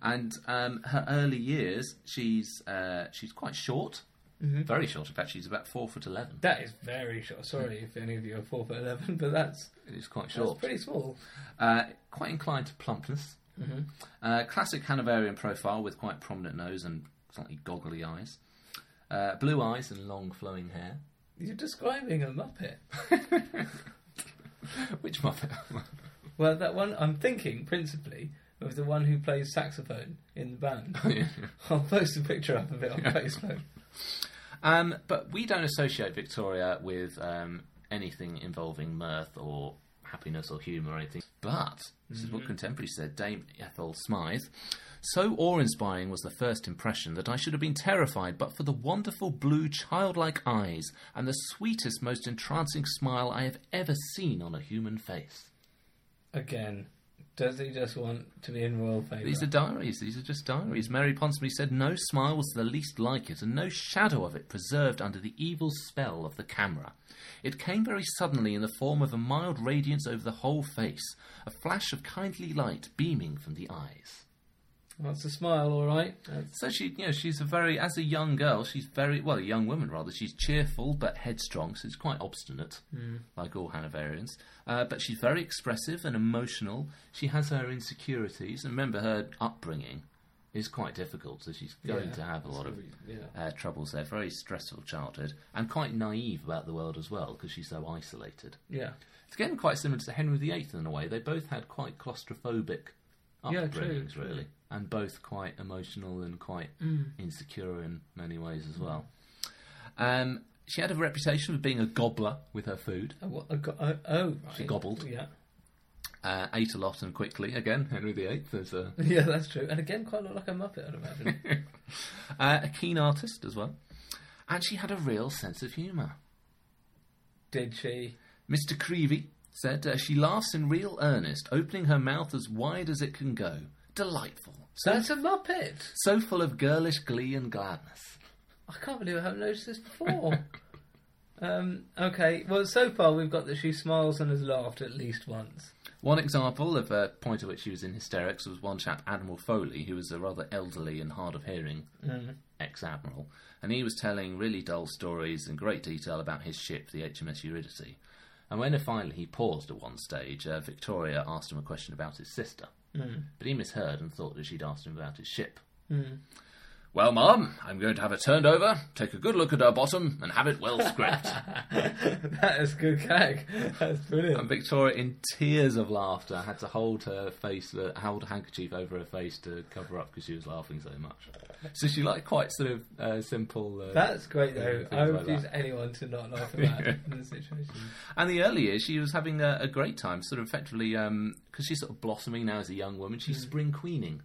S2: And um, her early years, she's uh, she's quite short.
S1: Mm-hmm.
S2: Very short. In fact, she's about four foot eleven.
S1: That is very short. Sorry if any of you are four foot eleven, but that's
S2: It's quite
S1: that's
S2: short.
S1: pretty small. Mm-hmm.
S2: Uh, quite inclined to plumpness. Uh, classic Hanoverian profile with quite prominent nose and slightly goggly eyes. Uh, blue eyes and long flowing hair.
S1: You're describing a muppet.
S2: Which Muppet?
S1: Well, that one I'm thinking principally of the one who plays saxophone in the band.
S2: Oh,
S1: I'll post a picture up of it on Facebook.
S2: Um, but we don't associate Victoria with um, anything involving mirth or happiness or humour or anything. But this is what contemporary said, Dame Ethel Smythe. So awe inspiring was the first impression that I should have been terrified but for the wonderful blue childlike eyes and the sweetest, most entrancing smile I have ever seen on a human face.
S1: Again, does he just want to be in royal favour?
S2: These are diaries. These are just diaries. Mary Ponsonby said no smile was the least like it, and no shadow of it preserved under the evil spell of the camera. It came very suddenly in the form of a mild radiance over the whole face, a flash of kindly light beaming from the eyes.
S1: That's a smile, all right. That's-
S2: So she, you know, she's a very, as a young girl, she's very, well, a young woman rather, she's cheerful but headstrong, so she's quite obstinate,
S1: Mm.
S2: like all Hanoverians. Uh, but she's very expressive and emotional. She has her insecurities, and remember, her upbringing is quite difficult, so she's going
S1: Yeah,
S2: to have a lot of
S1: yeah.
S2: uh, troubles there. Very stressful childhood, and quite naive about the world as well, because she's so isolated.
S1: yeah.
S2: It's again quite similar to Henry VIII in a way. They both had quite claustrophobic
S1: Yeah,
S2: upbringings,
S1: true, true. Mm.
S2: really, and both quite emotional and quite insecure in many ways as well. Um, she had a reputation of being a gobbler with her food,
S1: Oh, what, a go- oh, oh
S2: She
S1: right.
S2: gobbled.
S1: Yeah.
S2: uh, ate a lot and quickly. Again, Henry VIII is a,
S1: Yeah, that's true. And again, quite a lot like a Muppet, I'd imagine.
S2: uh, a keen artist as well, and she had a real sense of humour.
S1: Did she?
S2: Mr. Creevy said uh, she laughs in real earnest, opening her mouth as wide as it can go. Delightful. So,
S1: That's a Muppet!
S2: so full of girlish glee and gladness.
S1: I can't believe I haven't noticed this before. um, okay, well, so far we've got that she smiles and has laughed at least once.
S2: One example of a point at which she was in hysterics was one chap, Admiral Foley, who was a rather elderly and hard of hearing ex admiral, and he was telling really dull stories in great detail about his ship, the HMS Eurydice. And when finally he paused at one stage, uh, Victoria asked him a question about his sister, but he misheard and thought that she'd asked him about his ship. Well, ma'am, I'm going to have it turned over, take a good look at her bottom, and have it well scraped.
S1: That is good gag. That's
S2: And
S1: brilliant.
S2: Victoria, in tears of laughter, had to hold her face, uh, hold a handkerchief over her face to cover up because she was laughing so much. So she liked quite sort of uh, simple. Uh,
S1: That's great, though.
S2: things
S1: I
S2: like
S1: refuse
S2: that.
S1: anyone to not laugh at that in this situation.
S2: And the early years, she was having a, a great time, sort of effectively, because she's sort of blossoming now as a young woman. She's spring queening.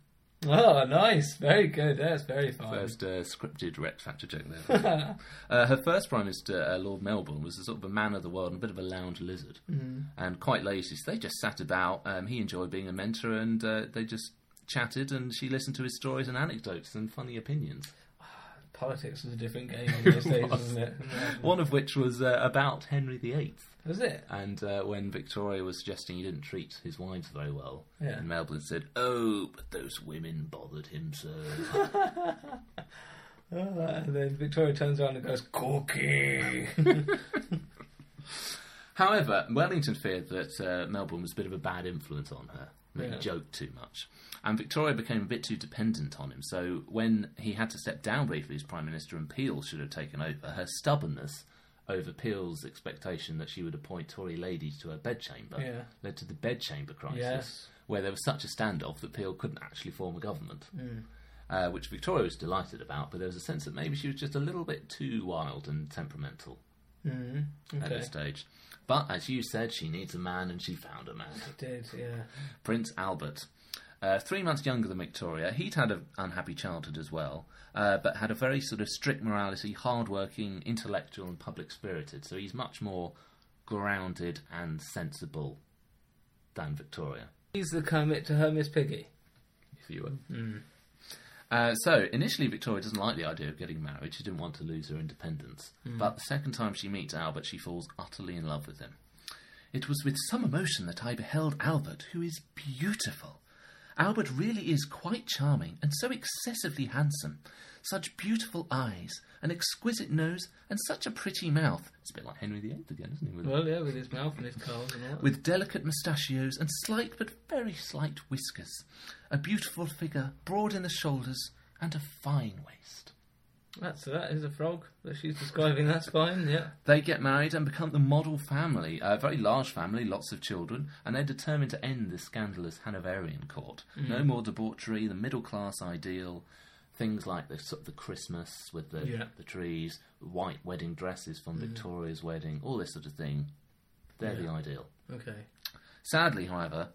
S1: Oh, nice. Very good. That's very fine.
S2: First uh, scripted Rex Factor joke there. uh, her first Prime Minister, uh, Lord Melbourne, was a sort of a man of the world and a bit of a lounge lizard.
S1: Mm.
S2: And quite lazy. So they just sat about. Um, he enjoyed being a mentor and uh, they just chatted and she listened to his stories and anecdotes and funny opinions.
S1: Politics was a different game on those days,
S2: was.
S1: wasn't it?
S2: One of which was uh, about Henry VIII.
S1: Was it?
S2: And uh, when Victoria was suggesting he didn't treat his wives very well,
S1: Yeah.
S2: and Melbourne said, "Oh, but those women bothered him so."
S1: Oh, and then Victoria turns around and goes, Corky!
S2: However, Wellington feared that uh, Melbourne was a bit of a bad influence on her. That
S1: Yeah.
S2: he joked too much. And Victoria became a bit too dependent on him. So when he had to step down briefly as Prime Minister and Peel should have taken over, her stubbornness over Peel's expectation that she would appoint Tory ladies to her bedchamber
S1: Yeah.
S2: led to the bedchamber crisis,
S1: Yes.
S2: where there was such a standoff that Peel couldn't actually form a government.
S1: Hmm.
S2: Uh, which Victoria was delighted about, but there was a sense that maybe she was just a little bit too wild and temperamental at
S1: Okay.
S2: this stage. But as you said, she needs a man, and she found a man.
S1: Did, yeah.
S2: Prince Albert. Uh, three months younger than Victoria, he'd had an unhappy childhood as well, uh, but had a very sort of strict morality, hard-working, intellectual, and public-spirited. So he's much more grounded and sensible than Victoria,
S1: He's the Kermit to her Miss Piggy.
S2: if you will. Mm. Uh, so initially, Victoria doesn't like the idea of getting married. She didn't want to lose her independence. But the second time she meets Albert, she falls utterly in love with him. It was with some emotion that I beheld Albert, who is beautiful. Albert really is quite charming and so excessively handsome. Such beautiful eyes, an exquisite nose, and such a pretty mouth. It's a bit like Henry VIII again, isn't he? With,
S1: Well, yeah, with his mouth and his curls and all that.
S2: with delicate moustachios and slight but very slight whiskers. A beautiful figure, broad in the shoulders, and a fine waist.
S1: That's that is a frog that she's describing. That's fine. Yeah.
S2: They get married and become the model family, a very large family, lots of children, and they're determined to end this scandalous Hanoverian court. No more debauchery, the middle class ideal, things like the, sort of the Christmas with the,
S1: Yeah.
S2: the trees, white wedding dresses from Victoria's wedding, all this sort of thing. They're the ideal.
S1: Okay.
S2: Sadly, however,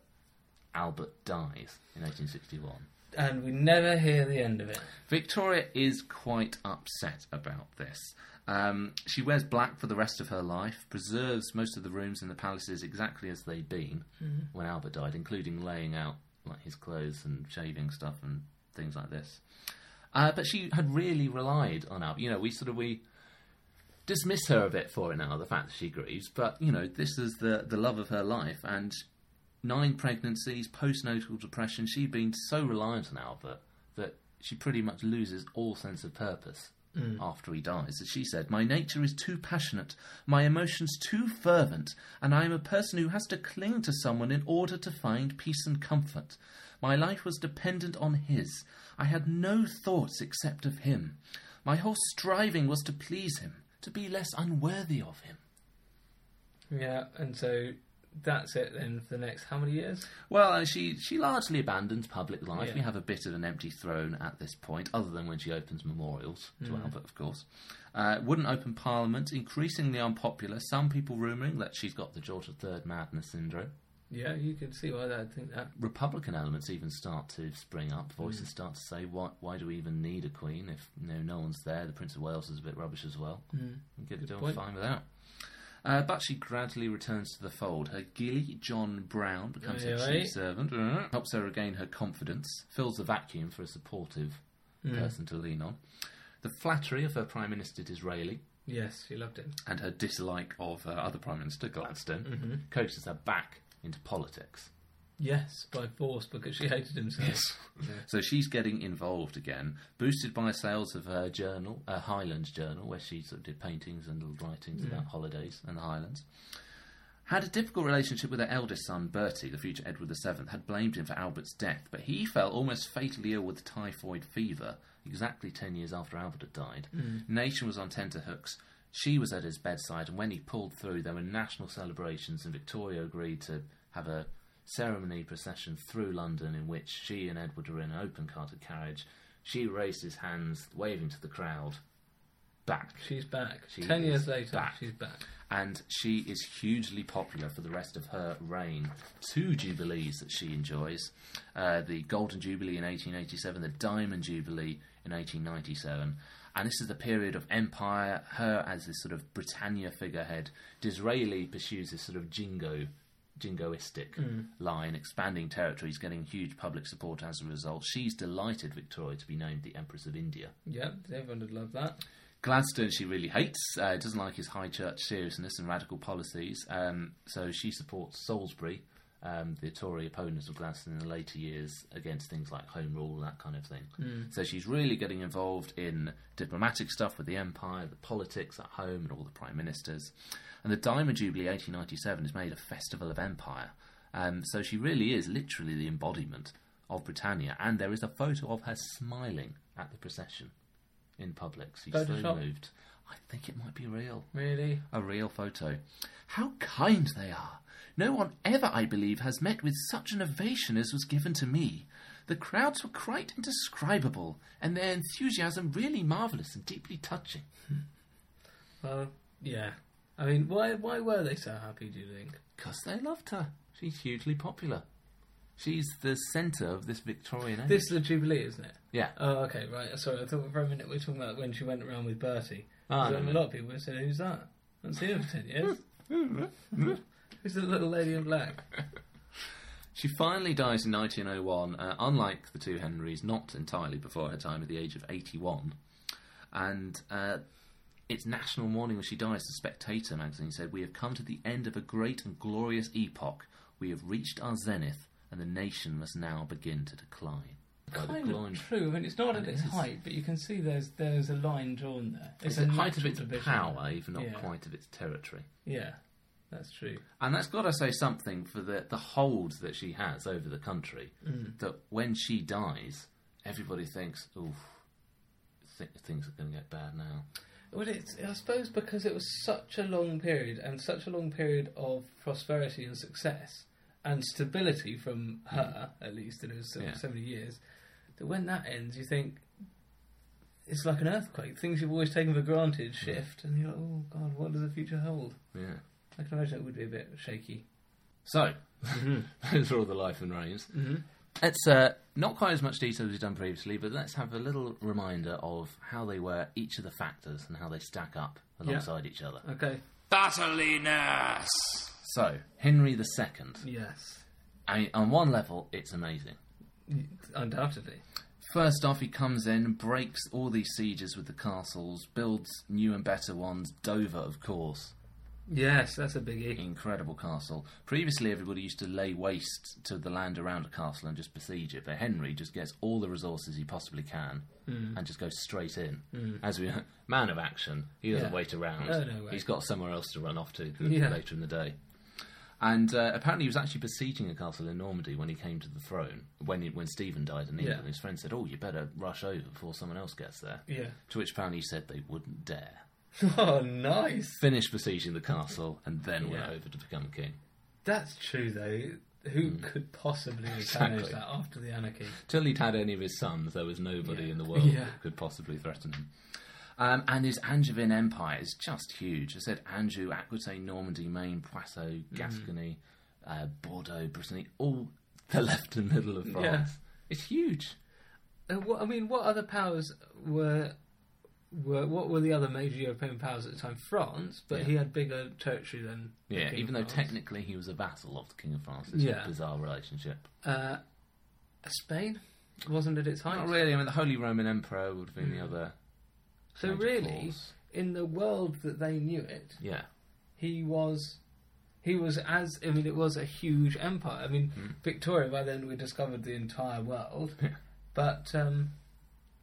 S2: Albert dies in 1861.
S1: And we never hear the end of it.
S2: Victoria is quite upset about this. Um, she wears black for the rest of her life, preserves most of the rooms in the palaces exactly as they'd been when Albert died, including laying out like his clothes and shaving stuff and things like this. Uh, but she had really relied on Albert. You know, we sort of we dismiss her a bit for it now, the fact that she grieves. But you know, this is the the love of her life, and nine pregnancies, postnatal depression. She'd been so reliant on Albert that she pretty much loses all sense of purpose after he dies. As she said, My nature is too passionate, my emotions too fervent, and I am a person who has to cling to someone in order to find peace and comfort. My life was dependent on his. I had no thoughts except of him. My whole striving was to please him, to be less unworthy of him.
S1: Yeah. And so that's it then for the next how many years?
S2: Well, uh, she she largely abandons public life.
S1: Yeah.
S2: We have a bit of an empty throne at this point, other than when she opens memorials to Albert, of course. Uh, wouldn't open Parliament, increasingly unpopular. Some people rumouring that she's got the George III madness syndrome.
S1: Yeah. You can see why they'd think that.
S2: Republican elements even start to spring up. Voices start to say, "Why? Why do we even need a queen if you know, no one's there?" The Prince of Wales is a bit rubbish as well. Mm. Get it done
S1: point.
S2: fine without. Uh, but she gradually returns to the fold. Her gilly, John Brown, becomes her
S1: Aye, aye.
S2: chief servant, uh, helps her regain her confidence, fills the vacuum for a supportive person to lean on. The flattery of her Prime Minister Disraeli
S1: Yes, she loved it.
S2: and her dislike of her other Prime Minister Gladstone coaxes her back into politics.
S1: Yes, by force because she hated himself.
S2: Yes. So she's getting involved again, boosted by sales of her journal, her Highlands journal, where she sort of did paintings and little writings about holidays and the Highlands. Had a difficult relationship with her eldest son, Bertie, the future Edward VII, had blamed him for Albert's death, but he fell almost fatally ill with typhoid fever exactly 10 years after Albert had died. Nation was on tenterhooks. She was at his bedside, and when he pulled through, there were national celebrations, and Victoria agreed to have a ceremony procession through London in which she and Edward were in an open carted carriage. She raised his hands, waving to the crowd. Back.
S1: She's back.
S2: She
S1: Ten years
S2: is
S1: later,
S2: back.
S1: she's back.
S2: and she is hugely popular for the rest of her reign. Two jubilees that she enjoys uh, the Golden Jubilee in 1887, the Diamond Jubilee in 1897. And this is the period of empire, her as this sort of Britannia figurehead. Disraeli pursues this sort of jingo. Jingoistic line, expanding territories, getting huge public support as a result. She's delighted Victoria to be named the Empress of India.
S1: Yep, everyone would love that.
S2: Gladstone she really hates, uh, doesn't like his high church seriousness and radical policies, um, so she supports Salisbury, um, the Tory opponent of Gladstone in the later years, against things like Home Rule, that kind of thing. So she's really getting involved in diplomatic stuff with the Empire, the politics at home, and all the Prime Ministers. And the Diamond Jubilee 1897 is made a festival of empire, um, so she really is literally the embodiment of Britannia, and there is a photo of her smiling at the procession in public. So you
S1: Photoshop?
S2: slowly moved. I think it might be real.
S1: Really?
S2: A real photo. How kind they are! No one ever, I believe, has met with such an ovation as was given to me. The crowds were quite indescribable, and their enthusiasm really marvellous and deeply touching.
S1: Well, yeah. I mean, why why were they so happy? Do you think?
S2: Because they loved her. She's hugely popular. She's the centre of this Victorian age.
S1: This is the Jubilee, isn't it?
S2: yeah.
S1: Oh, okay, right. Sorry, I thought for a minute we were talking about when she went around with Bertie.
S2: Ah,
S1: So
S2: no,
S1: a
S2: no.
S1: lot of people were saying, "Who's that?" That's here for ten years. Who's the little lady in black?
S2: She finally dies in 1901, uh, unlike the two Henrys, not entirely before her time at the age of 81. And uh, it's national mourning when she dies. The Spectator magazine said, We have come to the end of a great and glorious epoch. We have reached our zenith, and the nation must now begin to decline. By the
S1: Kind of
S2: glorious-
S1: true. I mean, it's not at
S2: And it
S1: its
S2: is.
S1: height, but you can see there's there's a line drawn there.
S2: It's
S1: a
S2: the height of
S1: natural
S2: its
S1: division.
S2: power, if not
S1: Yeah.
S2: quite of its territory.
S1: Yeah, that's true.
S2: And that's got to say something for the, the hold that she has over the country. That when she dies, everybody thinks, oof, think things are going to get bad now.
S1: Well, it's, I suppose because it was such a long period and such a long period of prosperity and success and stability from her, at least, and it was so,
S2: Yeah.
S1: so many years, that when that ends, you think it's like an earthquake. Things you've always taken for granted shift, and you're like, oh, God, what does the future hold?
S2: Yeah.
S1: I can imagine it would be a bit shaky.
S2: So, those are all the life and reigns. Let's uh, not quite as much detail as we've done previously, but let's have a little reminder of how they were each of the factors and how they stack up alongside each other.
S1: Okay.
S2: Bartolinus! So, Henry II.
S1: Yes.
S2: I mean, on one level, it's amazing.
S1: Undoubtedly.
S2: First off, he comes in, breaks all these sieges with the castles, builds new and better ones. Dover, of course,
S1: Yes, that's a biggie.
S2: incredible castle. Previously, everybody used to lay waste to the land around a castle and just besiege it, but Henry just gets all the resources he possibly can
S1: Hmm.
S2: and just goes straight in. As we man of action, he doesn't
S1: Yeah.
S2: wait around.
S1: Oh, no way.
S2: He's got somewhere else to run off to th-
S1: Yeah.
S2: later in the day. And uh, apparently, he was actually besieging a castle in Normandy when he came to the throne. When he, when Stephen died in England,
S1: Yeah.
S2: his friend said, "Oh, you better rush over before someone else gets there."
S1: Yeah.
S2: To which apparently he said they wouldn't dare
S1: Oh, nice.
S2: finish besieging the castle and then went
S1: Yeah.
S2: over to become king.
S1: That's true, though. Who could possibly have managed
S2: Hmm. Exactly.
S1: that after the anarchy?
S2: Till he'd had any of his sons, there was nobody in the world
S1: Yeah.
S2: that could possibly threaten him. Um, and his Angevin empire is just huge. I said Anjou, Aquitaine, Normandy, Maine, Poitou,
S1: Mm.
S2: Gascony, uh, Bordeaux, Brittany, all the left and middle of France. It's huge.
S1: Uh, what, I mean, what other powers were were what were the other major European powers at the time? France, but he had bigger territory than the
S2: Yeah,
S1: King
S2: even though
S1: of France.
S2: technically he was a vassal of the King of France. It's
S1: Yeah.
S2: a bizarre relationship.
S1: Uh, Spain wasn't at its height.
S2: Not really. I mean, the Holy Roman Emperor would have been the other.
S1: So
S2: major
S1: Mm. really,
S2: force.
S1: in the world that they knew it,
S2: Yeah.
S1: he was he was as I mean, it was a huge empire. I mean,
S2: Hmm.
S1: Victoria by then we discovered the entire world, but um,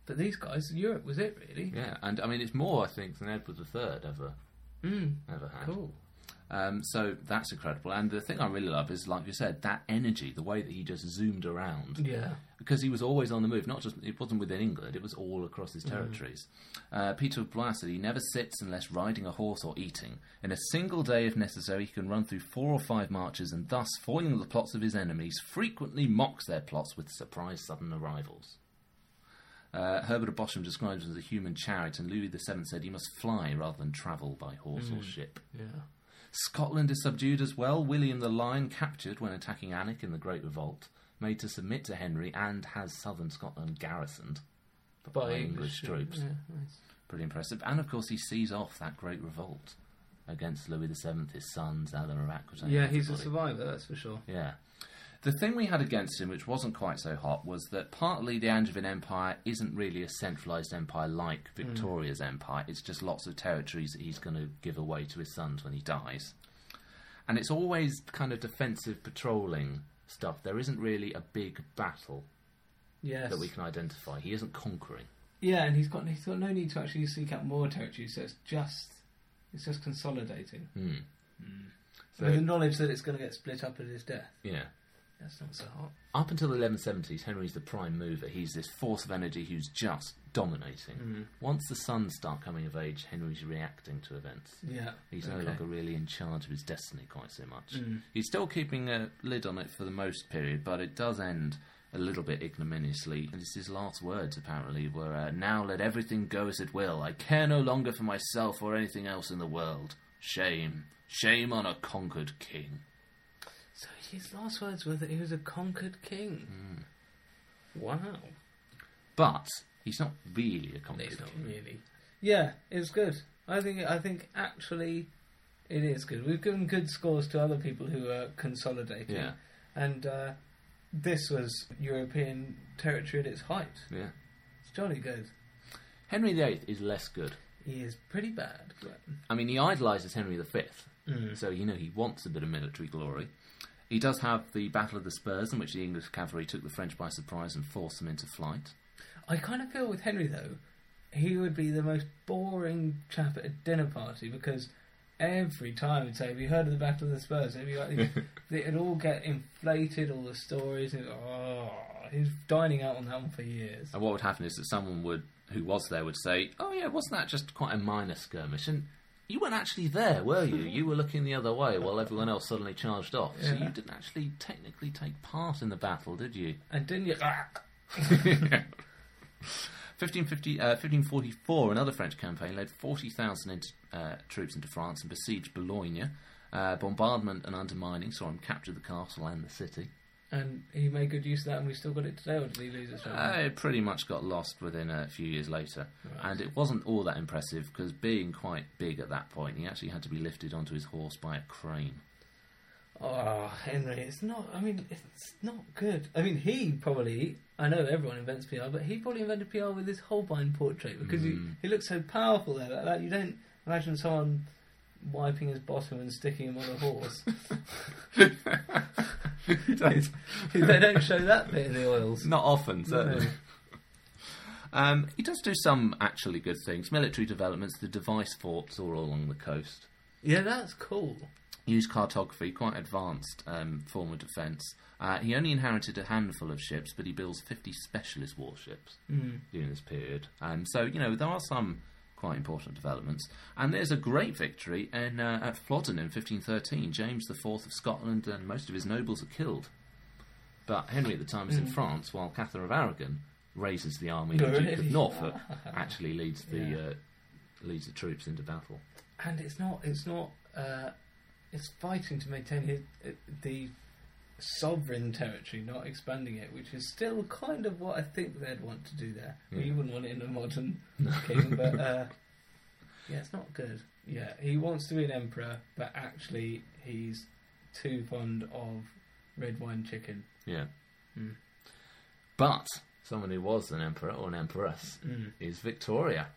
S1: but these guys, Europe was it really?
S2: Yeah, and I mean, it's more, I think, than Edward III ever, ever
S1: Hmm.
S2: had.
S1: Cool.
S2: Um, so that's incredible. And the thing I really love is, like you said, that energy, the way that he just zoomed around.
S1: Yeah.
S2: Because he was always on the move, not just, it wasn't within England, it was all across his territories. Uh, Peter of Blois said he never sits unless riding a horse or eating. In a single day, if necessary, he can run through four or five marches and thus, foiling the plots of his enemies, frequently mocks their plots with surprise sudden arrivals. Uh, Herbert of Bosham describes him as a human chariot, and Louis VII said he must fly rather than travel by horse or ship.
S1: Yeah.
S2: Scotland is subdued as well. William the Lion captured when attacking Alnwick in the Great Revolt, made to submit to Henry, and has southern Scotland garrisoned by, English, troops.
S1: Yeah, nice.
S2: Pretty impressive. And of course, he sees off that Great Revolt against Louis VII, his sons, Alan of Aquitaine.
S1: Yeah, he's a
S2: everybody.
S1: survivor, that's for sure.
S2: Yeah. The thing we had against him, which wasn't quite so hot, was that partly the Angevin Empire isn't really a centralised empire like Victoria's empire. It's just lots of territories that he's going to give away to his sons when he dies. And it's always kind of defensive patrolling stuff. There isn't really a big battle
S1: Yes.
S2: that we can identify. He isn't conquering.
S1: Yeah, and he's got he's got no need to actually seek out more territory, so it's just it's just consolidating.
S2: Hmm.
S1: Hmm.
S2: So,
S1: With the knowledge that it's going to get split up at his death.
S2: yeah.
S1: That's not so hot.
S2: Up until the 1170s, Henry's the prime mover. He's this force of energy who's just dominating. Once the sons start coming of age, Henry's reacting to events.
S1: Yeah.
S2: He's
S1: okay. Hmm.
S2: no longer really in charge of his destiny quite so much. He's still keeping a lid on it for the most period, but it does end a little bit ignominiously. And it's his last words, apparently, were uh, Now let everything go as it will. I care no longer for myself or anything else in the world. Shame. Shame on a conquered king.
S1: So his last words were that he was a conquered king.
S2: Hmm.
S1: Wow.
S2: But he's not really a conquered
S1: It's not
S2: king.
S1: really. Yeah, it's good. I think I think actually it is good. We've given good scores to other people who are consolidating.
S2: Yeah.
S1: And uh, this was European territory at its height.
S2: Yeah.
S1: It's jolly good.
S2: Henry VIII is less good.
S1: He is pretty bad. But
S2: I mean, he idolises Henry V, so you know he wants a bit of military glory. He does have the Battle of the Spurs, in which the English cavalry took the French by surprise and forced them into flight.
S1: I kind of feel with Henry though, he would be the most boring chap at a dinner party because every time it'd say, "Have you heard of the Battle of the Spurs?" It'd, be like, it'd all get inflated, all the stories. And, oh, He's dining out on that one for years.
S2: And what would happen is that someone would who was there would say, "Oh yeah, wasn't that just quite a minor skirmish?" And you weren't actually there, were you? you were looking the other way while everyone else suddenly charged off. So you didn't actually technically take part in the battle, did you?
S1: And didn't you? "Ah."
S2: 1550, uh, 1544, another French campaign led 40,000 int- uh, troops into France and besieged Boulogne. Uh, bombardment and undermining saw him capture the castle and the city.
S1: And he made good use of that, and we still got it today. Or did he lose it?
S2: Uh, it pretty much got lost within a few years later. And it wasn't all that impressive because, being quite big at that point, he actually had to be lifted onto his horse by a crane.
S1: Oh, Henry, it's not. I mean, it's not good. I mean, he probably. I know everyone invents PR, but he probably invented PR with his Holbein portrait because he, he looks so powerful there. Like that, you don't imagine someone wiping his bottom and sticking him on a horse. they don't show that bit in the oils.
S2: Not often, certainly. um, he does do some actually good things. Military developments, the device forts all along the coast.
S1: Yeah, that's cool.
S2: Used cartography, quite advanced um, form of defence. Uh, he only inherited a handful of ships, but he builds 50 specialist warships during this period. Um, so, you know, there are some quite important developments. And there's a great victory in, uh, at Flodden in 1513. James IV of Scotland and most of his nobles are killed. But Henry at the time is in France, while Catherine of Aragon raises the army. and The Duke of
S1: Really?
S2: Norfolk actually leads the uh, leads the troops into battle.
S1: and it's not it's not uh, it's fighting to maintain his, uh, the sovereign territory, not expanding it, which is still kind of what I think they'd want to do there. Well, you wouldn't want it in a modern king, but uh, yeah, it's not good. Yeah, he wants to be an emperor, but actually he's too fond of red wine chicken.
S2: Yeah. Hmm. But someone who was an emperor or an empress is Victoria.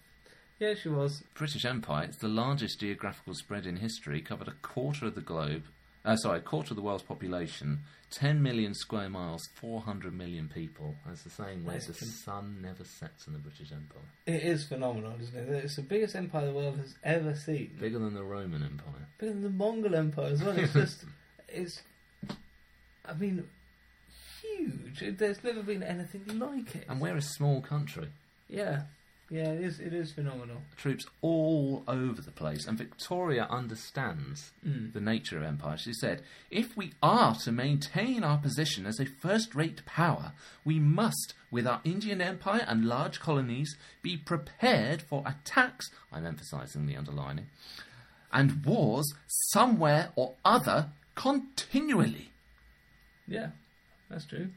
S1: Yeah, she was.
S2: Hmm. British Empire, it's the largest geographical spread in history, covered a quarter of the globe. Uh, sorry, a quarter of the world's population, 10 million square miles, 400 million people. That's the same way
S1: That's
S2: the
S1: phen-
S2: sun never sets in the British Empire.
S1: It is phenomenal, isn't it? It's the biggest empire the world has ever seen.
S2: Bigger than the Roman Empire.
S1: But in the Mongol Empire as well, it's just, it's, I mean, huge. There's never been anything like it.
S2: And we're a small country.
S1: Yeah, yeah, it is. It is phenomenal.
S2: troops all over the place, and Victoria understands the nature of empire. She said, If we are to maintain our position as a first rate power, we must, with our Indian Empire and large colonies, be prepared for attacks. I'm emphasizing the underlining and wars somewhere or other continually.
S1: Yeah, that's true.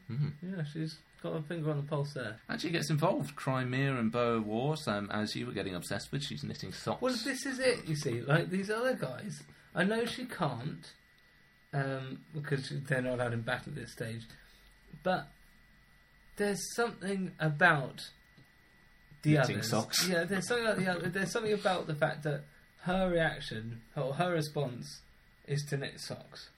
S1: Yeah, she's got her finger on the pulse there.
S2: Actually, gets involved Crimea and Boer wars. Um, as you were getting obsessed with, she's knitting socks.
S1: Well, this is it. You see, like these other guys. I know she can't, um, because they're not allowed in battle at this stage. But there's something about the
S2: Knitting
S1: others.
S2: socks.
S1: Yeah, there's something about the other. There's something about the fact that her reaction or her response is to knit socks.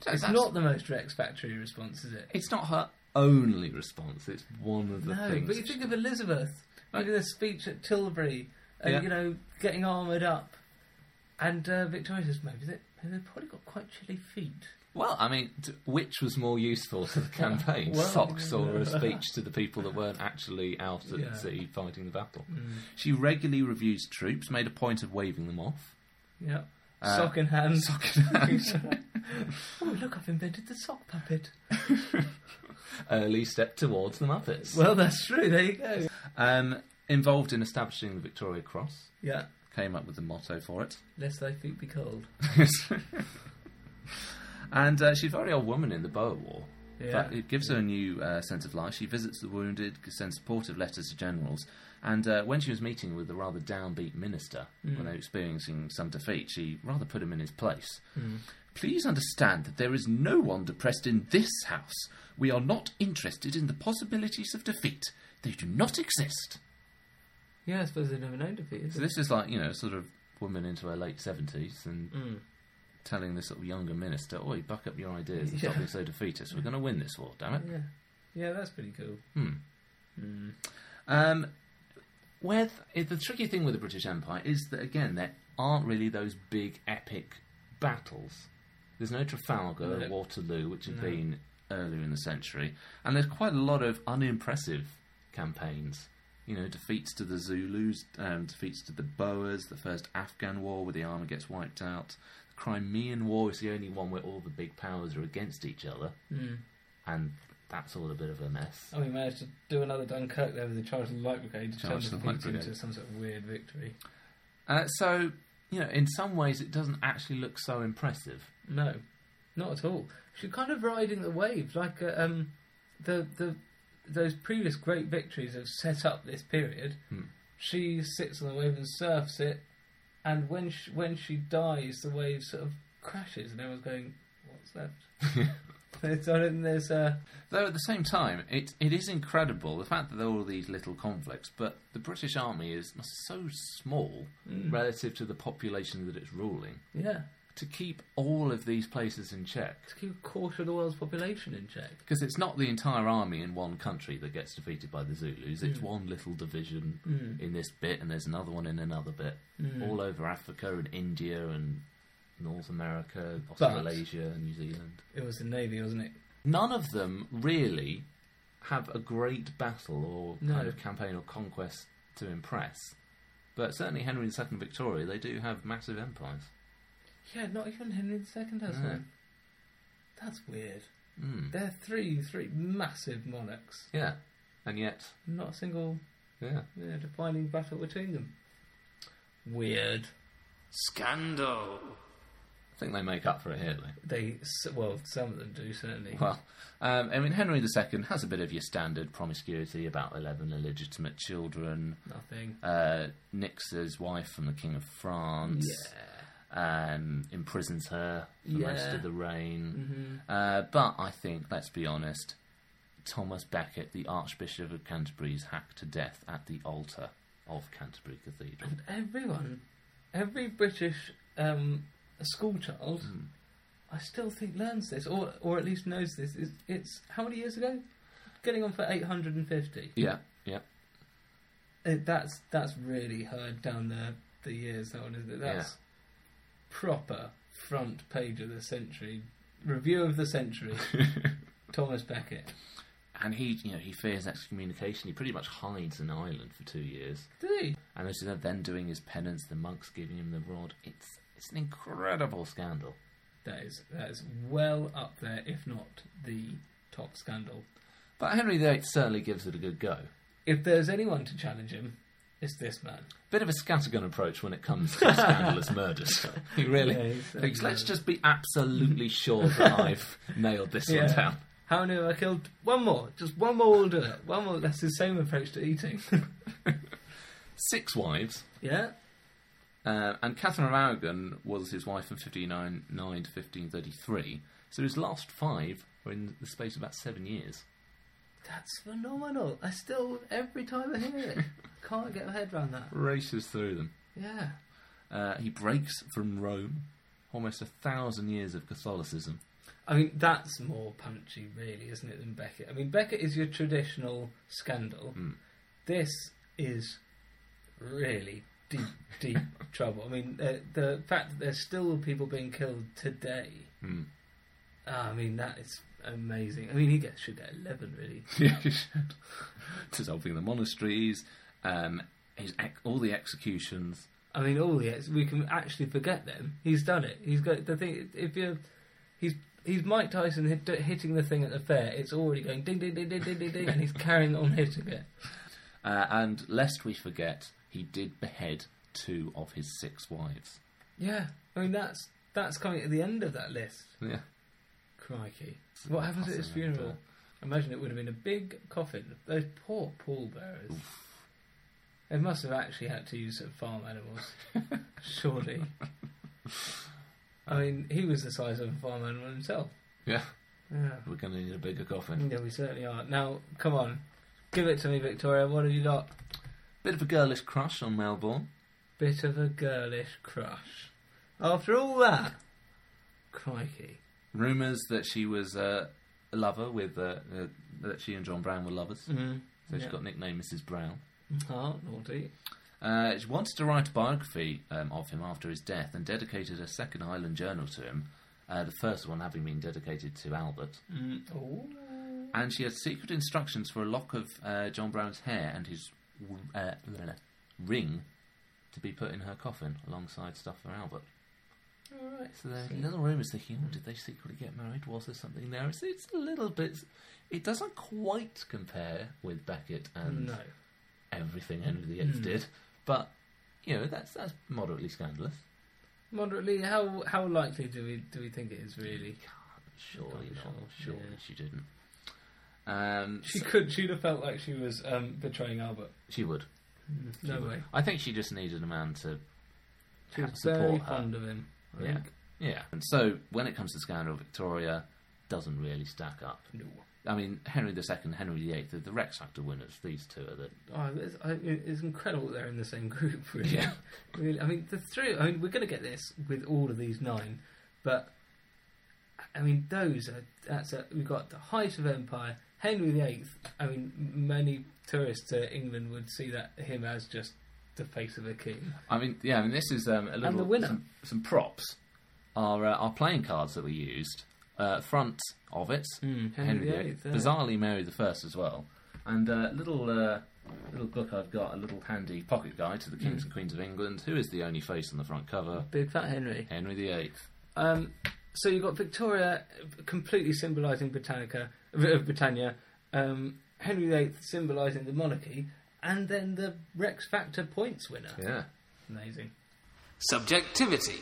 S1: It's
S2: That's-
S1: not the most Rex Factory response, is it?
S2: It's not her only response. It's one of the
S1: No,
S2: things.
S1: but you think of Elizabeth giving a speech at Tilbury, and
S2: Yeah.
S1: you know, getting armoured up, and uh, Victoria says maybe they maybe they've probably got quite chilly feet.
S2: well, I mean, t- which was more useful to the campaign,
S1: Well,
S2: socks or a speech to the people that weren't actually out at
S1: Yeah. Mm.
S2: sea fighting the battle? She regularly reviews troops, made a point of waving them off.
S1: Yeah,
S2: Uh,
S1: sock in hand. Sock in hand. oh look, I've invented the sock puppet.
S2: Early step towards the Muppets.
S1: Well, that's true. There you go.
S2: um, involved in establishing the Victoria Cross,
S1: Yeah,
S2: came up with the motto for it.
S1: lest thy feet be cold.
S2: and uh, she's a very old woman in the Boer War.
S1: Yeah.
S2: But it gives her a new uh, sense of life. She visits the wounded, sends supportive letters to generals. And uh, when she was meeting with the rather downbeat minister,
S1: Hmm.
S2: when they were experiencing some defeat, she rather put him in his place.
S1: Hmm.
S2: Please understand that there is no one depressed in this house. We are not interested in the possibilities of defeat. They do not exist.
S1: Yeah, I suppose they've never known defeat. Is
S2: So
S1: it?
S2: this is like you know, sort of woman into her late seventies and telling this sort of younger minister, "Oi, buck up your ideas and stop
S1: Yeah.
S2: being so defeatist. We're going to win this war, damn it."
S1: Yeah, yeah, that's pretty cool.
S2: Um, with eh, the tricky thing with the British Empire is that again, there aren't really those big epic battles. There's no Trafalgar, or Waterloo, which have been earlier in the century. And there's quite a lot of unimpressive campaigns. You know, defeats to the Zulus, um, defeats to the Boers, the first Afghan war where the army gets wiped out. The Crimean War is the only one where all the big powers are against each other. And that's all a bit of a mess.
S1: Oh, we managed to do another Dunkirk there with the Charge of the Light Brigade to turn
S2: Charge of
S1: the
S2: the Light
S1: defeat into
S2: Brigade.
S1: some sort of weird victory.
S2: Uh, so, you know, in some ways it doesn't actually look so impressive.
S1: No, not at all. She's kind of riding the wave, like uh, um, the the those previous great victories have set up this period. She sits on the wave and surfs it, and when she, when she dies, the wave sort of crashes, and everyone's going, "What's left?" There's- I don't think there's uh,
S2: Though at the same time, it it is incredible the fact that there are all these little conflicts. But the British Army is so small relative to the population that it's ruling.
S1: yeah.
S2: To keep all of these places in check,
S1: To keep a quarter of the world's population in check.
S2: because it's not the entire army in one country that gets defeated by the Zulus. It's one little division in this bit, and there's another one in another bit, all over Africa and India and North America, Australasia, and New Zealand.
S1: It was the navy, wasn't it?
S2: none of them really have a great battle or kind of campaign or conquest to impress. But certainly Henry II and Victoria, they do have massive empires.
S1: Yeah, not even Henry II has
S2: No.
S1: one. That's weird. They're three three massive monarchs.
S2: Yeah, and yet,
S1: Not a single
S2: yeah.
S1: yeah, defining battle between them. Weird.
S3: Scandal.
S2: I think they make up for it here, though.
S1: They s- well, some of them do certainly.
S2: Well, um, I mean, Henry II has a bit of your standard promiscuity about 11 illegitimate children,
S1: Nothing.
S2: uh, nicks his wife from the King of France. um, imprisons her for most
S1: Yeah.
S2: of the reign. Uh, but I think, let's be honest, Thomas Becket, the Archbishop of Canterbury, is hacked to death at the altar of Canterbury Cathedral.
S1: Everyone, every British um, schoolchild, I still think learns this, or or at least knows this. It's, it's how many years ago? Getting on for eight hundred and fifty.
S2: Yeah, yeah.
S1: It, that's that's really hard down the the years. That one is it? That's proper front page of the century review of the century. Thomas Becket.
S2: And he, you know, he fears excommunication. He pretty much hides in Ireland for two years.
S1: Did he?
S2: And as he's then doing his penance, the monks giving him the rod. It's it's an incredible scandal.
S1: That is that is well up there, if not the top scandal.
S2: But Henry VIII certainly gives it a good go.
S1: If there's anyone to challenge him, it's this man.
S2: bit of a scattergun approach when it comes to scandalous murders. He really
S1: Yeah, he's-
S2: thinks, let's just be absolutely sure that I've nailed this one down.
S1: How many have I killed? One more. Just one more will do it. One more. That's the same approach to eating.
S2: Six wives,
S1: yeah.
S2: uh, and Catherine of Aragon was his wife from 1509 to 1533. So his last five were in the space of about seven years.
S1: That's phenomenal. I still, every time I hear it, can't get my head around that.
S2: Races through them.
S1: Yeah.
S2: Uh, he breaks from Rome, almost a thousand years of Catholicism.
S1: I mean, that's more punchy, really, isn't it, than Beckett? I mean, Beckett is your traditional scandal. This is really deep, deep trouble. I mean, uh, the fact that there's still people being killed today. uh, I mean, that is amazing. I mean, he gets should get eleven, really.
S2: Dissolving the monasteries, um, his ex- all the executions.
S1: I mean, all the ex- we can actually forget them. He's done it. He's got the thing. If you, he's he's Mike Tyson hit, hitting the thing at the fair. It's already going ding ding ding ding ding ding, ding and he's carrying on hitting it.
S2: Uh, and lest we forget, he did behead two of his six wives.
S1: Yeah, I mean that's that's coming at the end of that list.
S2: Yeah.
S1: Crikey, what happens at his
S2: fascinating,
S1: funeral? Imagine it would have been a big coffin. Those poor pallbearers. They must have actually had to use sort of farm animals, surely. I mean, he was the size of a farm animal himself.
S2: Yeah.
S1: Yeah.
S2: We're going to need a bigger coffin.
S1: Yeah, we certainly are. Now, come on, give it to me, Victoria. What have you got?
S2: Bit of a girlish crush on Melbourne.
S1: Bit of a girlish crush. After all that, crikey.
S2: Rumours that she was uh, a lover with, uh, uh, that she and John Brown were lovers. Mm, so she got nicknamed Mrs. Brown.
S1: Oh, naughty.
S2: Uh, she wanted to write a biography um, of him after his death and dedicated a second Highland journal to him, Uh, the first one having been dedicated to Albert. And she had secret instructions for a lock of uh, John Brown's hair and his uh, ring to be put in her coffin alongside stuff for Albert. Alright, so there's another rumours thinking, oh, did they secretly get married? Was there something there? It's, it's a little bit. It doesn't quite compare with Beckett and
S1: No.
S2: everything Henry VIII did, but, you know, that's, that's moderately scandalous.
S1: Moderately, how how likely do we do we think it is really?
S2: Surely
S1: Surely
S2: not.
S1: not,
S2: Surely
S1: yeah.
S2: she didn't. Um,
S1: She
S2: so-
S1: could. She'd have felt like she was um, betraying Albert.
S2: she would.
S1: No way.
S2: I think Mm. she just needed a man to
S1: She was
S2: support
S1: very
S2: her.
S1: fond of him. I
S2: Yeah.
S1: think.
S2: Yeah. And so when it comes to scandal, Victoria doesn't really stack up.
S1: No.
S2: I mean, Henry II, Henry VIII, the, the Rex Factor winners, these two are the.
S1: Oh, it's, I, it's incredible they're in the same group. Really.
S2: Yeah.
S1: Really, I mean, the three. I mean, we're going to get this with all of these nine, but I mean, those are that's a, we've got the height of empire. Henry VIII. I mean, many tourists to England would see that him as just the face of a king.
S2: I mean, yeah, I mean, this is um, a little.
S1: the winner.
S2: Some, some props are uh, our playing cards that we used. Uh, front of it,
S1: Hmm, Henry
S2: Henry
S1: VIII,
S2: VIII.
S1: yeah.
S2: Bizarrely, Mary the First as well. And uh, little uh, little book I've got, a little handy pocket guide to the
S1: Hmm.
S2: kings and queens of England. Who is the only face on the front cover?
S1: Big fat Henry.
S2: Henry VIII.
S1: Um, so you've got Victoria completely symbolising Britannica, uh, Britannia, um, Henry VIII symbolising the monarchy, and then the Rex Factor points winner.
S2: Yeah.
S1: Amazing.
S3: Subjectivity.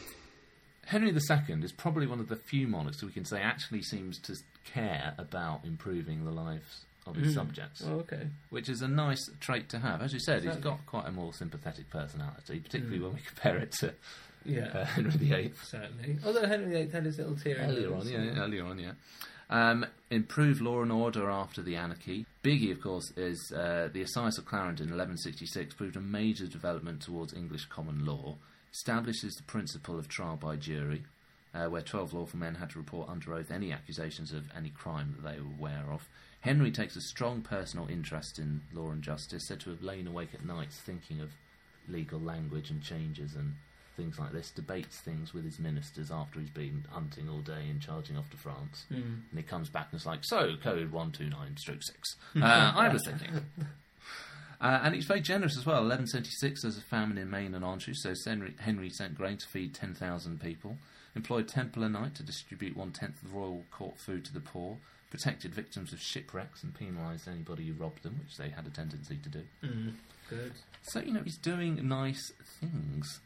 S2: Henry II is probably one of the few monarchs we can say actually seems to care about improving the lives of his subjects,
S1: Oh, okay.
S2: which is a nice trait to have. As you said, he's got quite a more sympathetic personality, particularly when we compare it to
S1: Yeah,
S2: uh, Henry VIII.
S1: certainly. Although Henry VIII had his little tear in
S2: Earlier
S1: his-
S2: on, yeah, yeah, earlier on, yeah. Um, improve law and order after the anarchy. Biggie, of course, is uh, the Assize of Clarendon, 1166, proved a major development towards English common law. Establishes the principle of trial by jury, uh, where 12 lawful men had to report under oath any accusations of any crime that they were aware of. Henry takes a strong personal interest in law and justice, said to have lain awake at nights thinking of legal language and changes and things like this, debates things with his ministers after he's been hunting all day and charging off to France. Mm. And he comes back and is like, So, code 129 stroke 6. Uh, I was thinking. Uh, and he's very generous as well. 1176, there's a famine in Maine and Anjou, so Henry, Henry sent grain to feed 10,000 people, employed Templar Knight to distribute one tenth of royal court food to the poor, protected victims of shipwrecks, and penalised anybody who robbed them, which they had a tendency to do.
S1: Good.
S2: So, you know, he's doing nice things.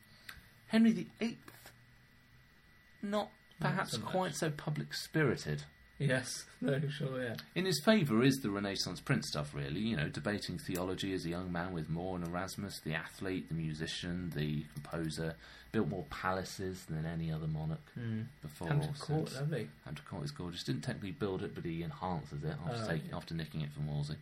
S2: Henry VIII, not perhaps
S1: so much.
S2: quite so public spirited.
S1: Yes. No. Sure. Yeah.
S2: In his favour is the Renaissance print stuff, really, you know, debating theology as a young man with More and Erasmus, the athlete, the musician, the composer, built more palaces than any other monarch before.
S1: Hampton
S2: or
S1: Hmm. Court,
S2: since.
S1: lovely.
S2: Hampton Court is gorgeous. Didn't technically build it, but he enhances it after, taking, after nicking it from Wolsey.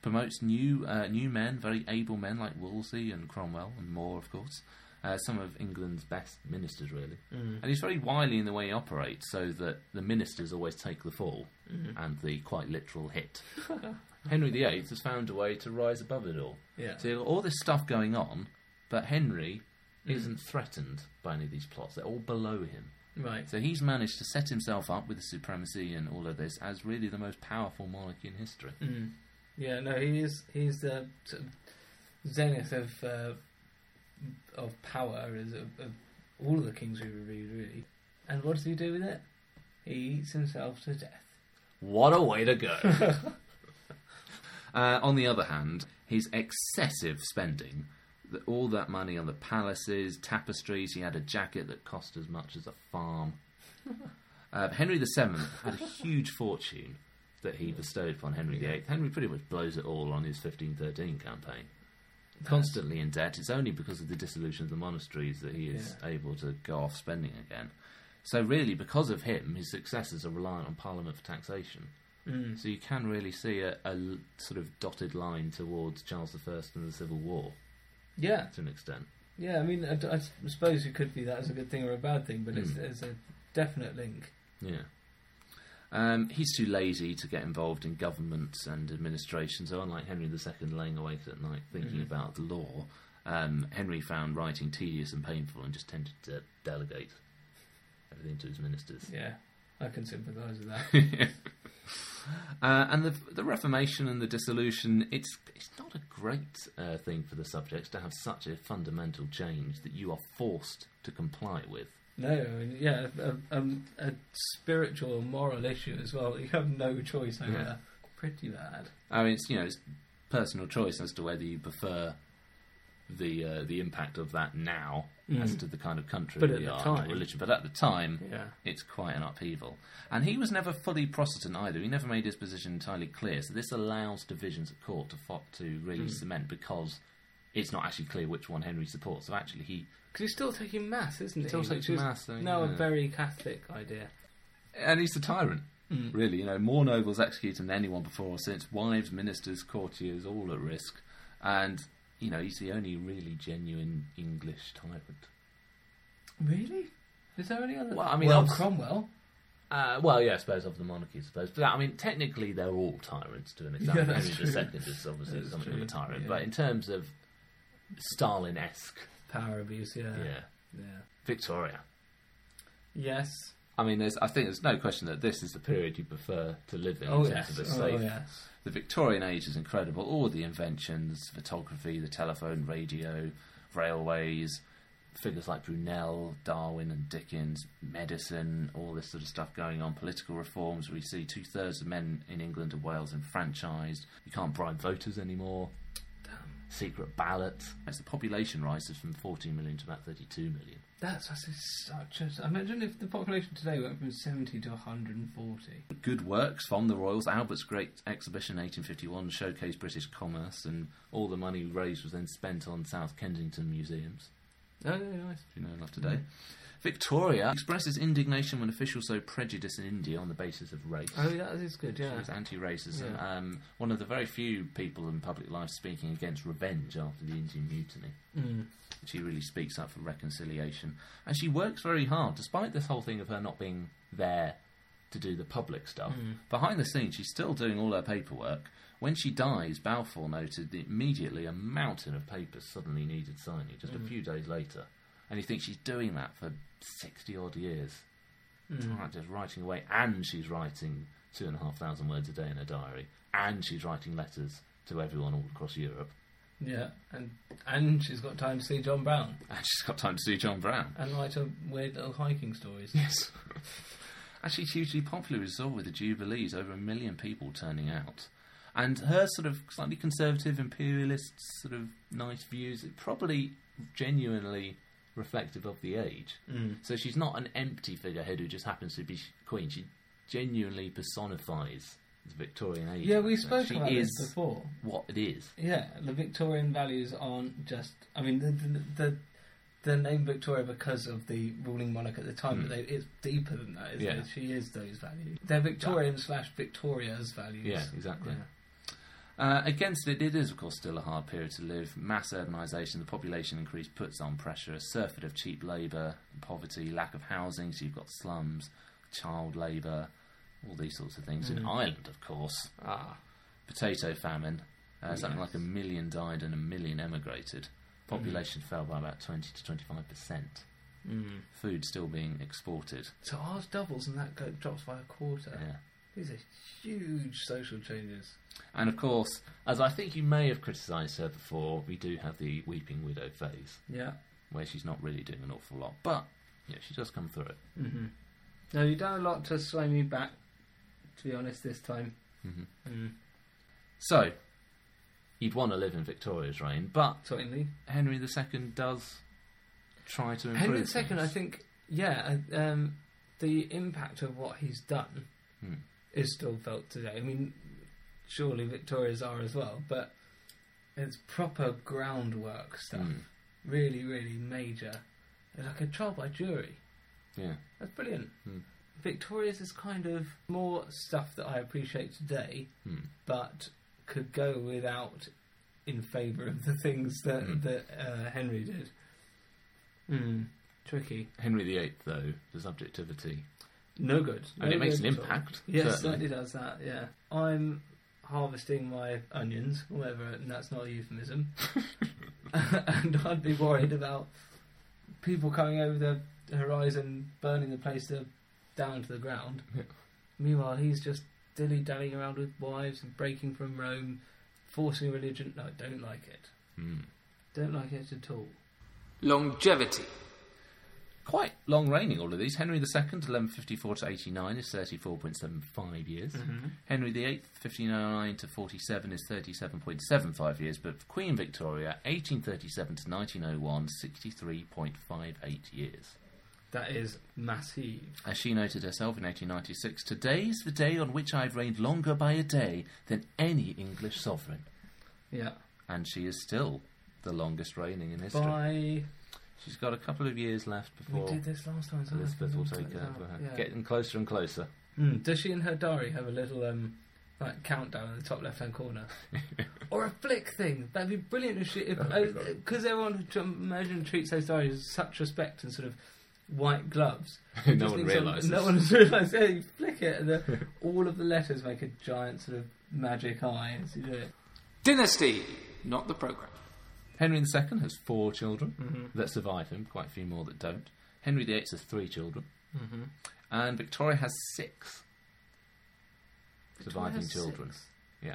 S2: Promotes new uh, new men, very able men like Wolsey and Cromwell and More, of course. Uh, some of England's best ministers, really. And he's very wily in the way he operates, so that the ministers always take the fall and the quite literal hit. Henry VIII has found a way to rise above it all.
S1: Yeah.
S2: So you've got all this stuff going on, but Henry isn't threatened by any of these plots. They're all below him.
S1: Right.
S2: So he's managed to set himself up with the supremacy and all of this as really the most powerful monarch in history.
S1: Yeah. No. He is. He's the sort of zenith of uh, of power is of, of all of the kings we reviewed, really. And what does he do with it? He eats himself to death.
S2: What a way to go! uh, on the other hand, his excessive spending, the, all that money on the palaces, tapestries, he had a jacket that cost as much as a farm. Uh, Henry VII had a huge fortune that he bestowed upon Henry VIII. Henry pretty much blows it all on his 1513 campaign. Constantly in debt, it's only because of the dissolution of the monasteries that he is able to go off spending again. So, really, because of him, his successors are reliant on Parliament for taxation. So, you can really see a, a l- sort of dotted line towards Charles I and the Civil War
S1: Yeah.
S2: to an extent.
S1: Yeah, I mean, I, I suppose it could be that as a good thing or a bad thing, but
S2: Hmm.
S1: it's, it's a definite link.
S2: Yeah. Um, he's too lazy to get involved in governments and administration, so unlike Henry II laying awake at night thinking about the law, um, Henry found writing tedious and painful and just tended to delegate everything to his ministers.
S1: Yeah, I can sympathise with that.
S2: Uh, and the, the Reformation and the dissolution, it's, it's not a great uh, thing for the subjects to have such a fundamental change that you are forced to comply with.
S1: No, I mean, yeah, a, a, a spiritual or moral issue as well. that You have no choice over.
S2: Yeah.
S1: Pretty bad.
S2: I mean, it's you know, it's personal choice as to whether you prefer the uh, the impact of that now as to the kind of country
S1: Mm. But at
S2: we
S1: the
S2: are,
S1: time-
S2: religion. But at the time,
S1: Yeah.
S2: it's quite an upheaval. And he was never fully Protestant either. He never made his position entirely clear. So this allows divisions at court to fo- to really
S1: Mm.
S2: cement because it's not actually clear which one Henry supports. So actually, he
S1: Because he's still taking mass, isn't he?
S2: Still
S1: Which
S2: taking
S1: is
S2: mass, though,
S1: Now
S2: yeah.
S1: a very Catholic idea.
S2: and he's the tyrant. Really, you know, more nobles executed than anyone before or since. Wives, ministers, courtiers, all at risk. And, you know, he's the only really genuine English tyrant.
S1: Really? Is there any other?
S2: Well, I mean,
S1: well,
S2: obs-
S1: Cromwell.
S2: Uh, well, yeah, I suppose of the monarchy, I suppose. But I mean, technically, they're all tyrants to an extent.
S1: Yeah, that's
S2: Henry
S1: true.
S2: II is obviously
S1: That's
S2: something of a
S1: true,
S2: tyrant.
S1: yeah.
S2: But in terms of Stalin esque,
S1: Power abuse. Yeah.
S2: yeah,
S1: Yeah.
S2: Victoria.
S1: Yes.
S2: I mean, there's, I think there's no question that this is the period you prefer to live in
S1: Oh
S2: in
S1: yes.
S2: terms of a
S1: Oh
S2: safe
S1: yes.
S2: The Victorian age is incredible. All the inventions, photography, the telephone, radio, railways, figures like Brunel, Darwin, and Dickens, medicine, all this sort of stuff going on. Political reforms. We see two thirds of men in England and Wales enfranchised. You can't bribe voters anymore. Secret ballots. As the population rises from 14 million to about 32 million.
S1: That's, that's such a. Imagine if the population today went from seventy to one hundred and forty.
S2: good works from the Royals. Albert's great exhibition in 1851 showcased British commerce, and all the money raised was then spent on South Kensington museums,
S1: Oh, yeah, nice.
S2: if you know enough today. Victoria expresses indignation when officials sow prejudice in India on the basis of race.
S1: Oh, that is good.
S2: She
S1: Yeah.
S2: was anti-racism.
S1: Yeah.
S2: Um, one of the very few people in public life speaking against revenge after the Indian Mutiny.
S1: Mm.
S2: She really speaks up for reconciliation, and she works very hard, despite this whole thing of her not being there to do the public stuff.
S1: Mm.
S2: Behind the scenes, she's still doing all her paperwork. When she dies, Balfour noted that immediately a mountain of papers suddenly needed signing just
S1: Mm.
S2: a few days later. And you think she's doing that for 60 odd years. Right, Just writing away, and she's writing two and a half thousand words a day in her diary, and she's writing letters to everyone all across Europe.
S1: Yeah. And and she's got time to see John Brown
S2: And she's got time to see John Brown.
S1: and write a weird little hiking stories.
S2: Yes. Actually, it's hugely popular as well with the Jubilees, over a million people turning out. And her sort of slightly conservative, imperialist, sort of nice views, it probably genuinely reflective of the age.
S1: Mm.
S2: So she's not an empty figurehead who just happens to be sh- queen. She genuinely personifies the Victorian age.
S1: Yeah, we
S2: So
S1: spoke
S2: she
S1: about
S2: is
S1: this before.
S2: What it is.
S1: Yeah, the Victorian values aren't just. I mean, the the, the, the name Victoria because of the ruling monarch at the time, but they, it's deeper than that. Isn't
S2: Hmm. Yeah.
S1: it? she is those values. They're Victorian slash Victoria's values.
S2: Yeah, exactly.
S1: Yeah.
S2: Uh, against it, it is, of course, still a hard period to live. Mass urbanisation, the population increase puts on pressure, a surfeit of cheap labour, poverty, lack of housing, so you've got slums, child labour, all these sorts of things. In Ireland, of course, Mm. ah. potato famine, uh, something like a million died and a million emigrated. Population fell by about 20 to 25%. Food still being exported.
S1: So ours doubles and that go, drops by a quarter.
S2: Yeah.
S1: These are huge social changes.
S2: And of course, as I think you may have criticised her before, we do have the weeping widow phase,
S1: Yeah.
S2: where she's not really doing an awful lot, but yeah, she does come through it.
S1: No, you've done a lot to sway me back. To be honest, this time.
S2: So, you'd want to live in Victoria's reign, but
S1: Certainly.
S2: Henry II does try to improve.
S1: Henry
S2: things.
S1: II, I think, yeah, uh, um, the impact of what he's done is still felt today. I mean, surely Victoria's are as well, but it's proper groundwork stuff. Really, really major. Like a trial by jury.
S2: Yeah.
S1: That's brilliant. Victoria's is kind of more stuff that I appreciate today,
S2: Hmm.
S1: but could go without in favour of the things that, that uh, Henry did. Mm. Tricky.
S2: Henry VIII, though, the subjectivity.
S1: No good. No
S2: And it makes
S1: good
S2: an
S1: at all.
S2: impact,
S1: Yes,
S2: certainly.
S1: certainly. does that, yeah. I'm harvesting my onions, whatever, and that's not a euphemism. and I'd be worried about people coming over the horizon, burning the place to down to the ground. Meanwhile, he's just dilly dallying around with wives and breaking from Rome, forcing religion. No, don't like it. Don't like it at all.
S3: Longevity.
S2: Quite long reigning, all of these. Henry II, 1154 to 89, is 34.75 years.
S1: Mm-hmm.
S2: Henry VIII, 1509 to 47, is 37.75 years. But Queen Victoria, 1837 to 1901, 63.58 years.
S1: That is massive.
S2: As she noted herself in 1896, today's the day on which I've reigned longer by a day than any English sovereign.
S1: Yeah.
S2: And she is still the longest reigning in history.
S1: By
S2: She's got a couple of years left
S1: we
S2: before
S1: did this last time. so I
S2: Elizabeth
S1: can
S2: will
S1: remember
S2: take
S1: it now.
S2: over.
S1: Yeah.
S2: Getting closer and closer.
S1: Mm, Does she in her diary have a little um, like countdown in the top left hand corner, or a flick thing? That'd be brilliant if she, because everyone tr- imagine treats those diaries with such respect and sort of white gloves.
S2: No
S1: Just
S2: one
S1: need some-
S2: realises.
S1: No one has realised. Yeah, you flick it, and the, all of the letters make a giant sort of magic eye as you do it.
S3: Dynasty. Not the programme.
S2: Henry II has four children
S1: Mm-hmm.
S2: that survive him, quite a few more that don't. Henry VIII has three children.
S1: Mm-hmm.
S2: And Victoria has six surviving
S1: Victoria has
S2: children.
S1: six.
S2: Yeah.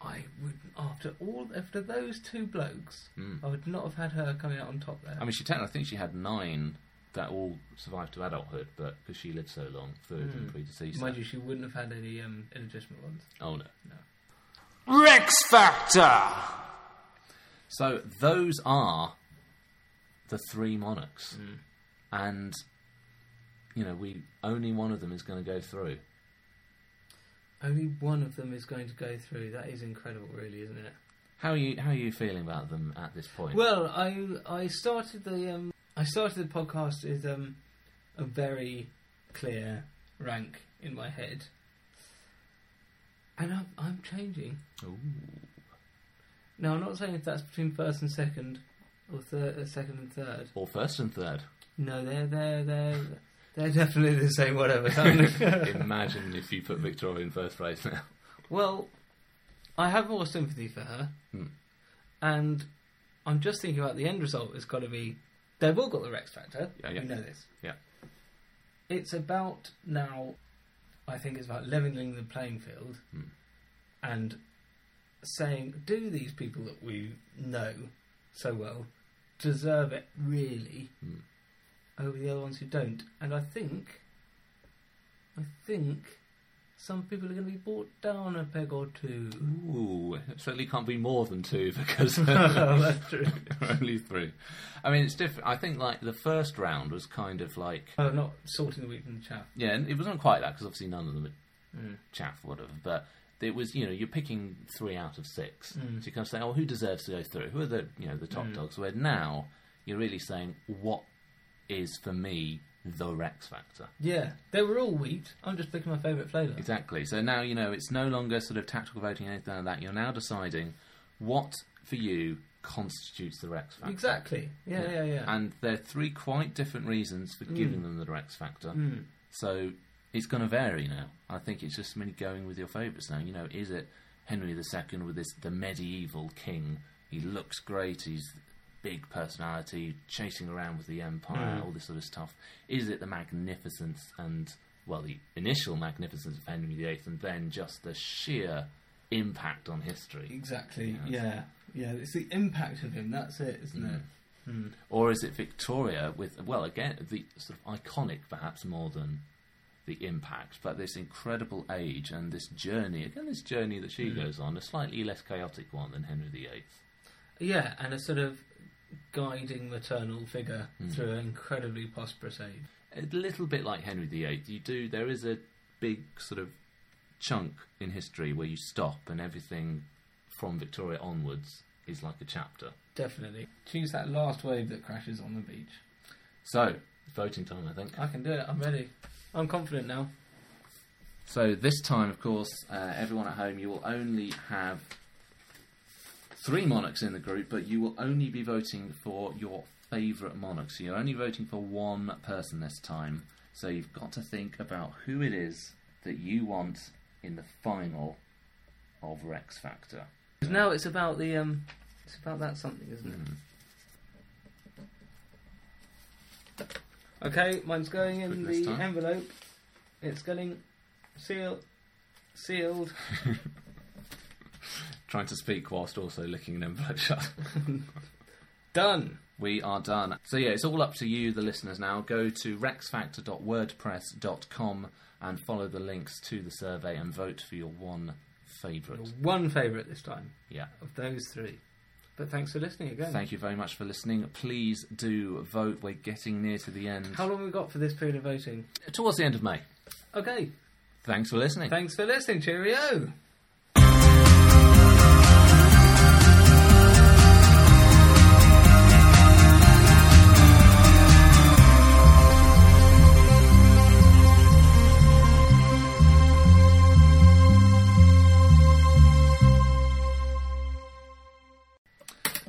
S1: I would after all after those two blokes, I would not have had her coming out on top there.
S2: Hmm. I mean, she technically, I think she had nine that all survived to adulthood, but because she lived so long, third and predeceased.
S1: Hmm. Mind
S2: her.
S1: you, she wouldn't have had any um, illegitimate ones.
S2: Oh, no.
S3: Rex Factor.
S2: So those are the three monarchs,
S1: Hmm.
S2: and you know we only one of them is going to go through.
S1: Only one of them is going to go through. That is incredible, really, isn't it?
S2: How are you how are you feeling about them at this point?
S1: Well, I I started the um, I started the podcast with um, a very clear rank in my head, and I'm, I'm changing.
S2: Ooh.
S1: Now, I'm not saying if that's between first and second, or third, uh, second and third.
S2: or first and third.
S1: No, they're they're they're they're definitely the same. Whatever. aren't they?
S2: Imagine if you put Victoria in first place now.
S1: Well, I have more sympathy for her,
S2: Hmm.
S1: and I'm just thinking about the end result. It's got to be they've all got the Rex Factor.
S2: Yeah, yeah.
S1: We know this.
S2: Yeah,
S1: It's about now. I think it's about leveling the playing field
S2: Hmm.
S1: and saying, do these people that we know so well deserve it really
S2: Hmm.
S1: over the other ones who don't? And I think, I think some people are going to be brought down a peg or two.
S2: ooh, it certainly can't be more than two because
S1: that's true.
S2: only three. I mean, it's different. I think like the first round was kind of like
S1: Oh, not sorting the wheat from the chaff.
S2: Yeah, and it wasn't quite that because obviously none of them had
S1: Mm.
S2: chaff would have. But it was, you know, you're picking three out of six.
S1: Mm.
S2: So you kind of say, oh, who deserves to go through? Who are the, you know, the top dogs? Where now you're really saying, what is for me the Rex factor?
S1: Yeah, they were all wheat. I'm just picking my favourite flavour.
S2: Exactly. So now you know it's no longer sort of tactical voting or anything like that. You're now deciding what for you constitutes the Rex factor.
S1: Exactly. Yeah, yeah, Mm. yeah.
S2: And there are three quite different reasons for giving them the Rex factor.
S1: Mm.
S2: So it's going to vary now. I think it's just really going with your favourites now. You know, is it Henry II with this the medieval king? He looks great. He's big personality, chasing around with the empire, all this sort of stuff. Is it the magnificence and well, the initial magnificence of Henry VIII, and then just the sheer impact on history?
S1: Exactly. Yeah. Mm. Yeah. It's the impact of him. That's it, isn't it?
S2: Or is it Victoria with, well, again, the sort of iconic perhaps more than the impact, but this incredible age and this journey, again, this journey that she goes on, a slightly less chaotic one than Henry VIII.
S1: Yeah, and a sort of guiding maternal figure through an incredibly prosperous age.
S2: A little bit like Henry VIII, you do, there is a big sort of chunk in history where you stop and everything from Victoria onwards is like a chapter.
S1: Definitely. Choose that last wave that crashes on the beach.
S2: So, voting time, I think.
S1: I can do it. I'm ready. I'm confident now.
S2: So this time, of course, uh, everyone at home, you will only have three monarchs in the group, but you will only be voting for your favourite monarch. So you're only voting for one person this time. So you've got to think about who it is that you want in the final of Rex Factor.
S1: 'Cause now it's about the um, it's about that something, isn't it? Okay, mine's going in
S2: Quick Mm. this
S1: the
S2: time.
S1: envelope. It's getting sealed. Sealed.
S2: Trying to speak whilst also licking an envelope shut.
S1: Done.
S2: We are done. So yeah, it's all up to you, the listeners. Now go to rexfactor.wordpress.com and follow the links to the survey and vote for your one favourite.
S1: One favourite this time
S2: Yeah.
S1: of those three. But thanks for listening again.
S2: Thank you very much for listening. Please do vote. We're getting near to the end.
S1: How long have we got for this period of voting?
S2: Towards the end of May.
S1: Okay.
S2: Thanks for listening.
S1: Thanks for listening. Cheerio.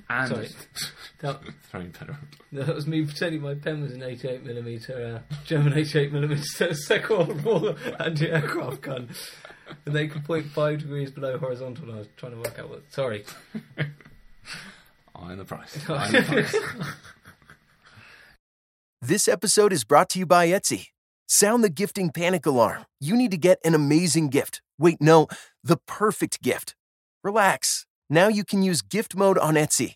S2: and
S1: Sorry. That,
S2: throwing better.
S1: that was me pretending my pen was an 88mm, uh, German 88mm Second World War anti aircraft gun. And they could point five degrees below horizontal. And I was trying to work out what. Sorry.
S2: Eye on the price. Eye on the price.
S4: This episode is brought to you by Etsy. Sound the gifting panic alarm. You need to get an amazing gift. Wait, no, the perfect gift. Relax. Now you can use gift mode on Etsy.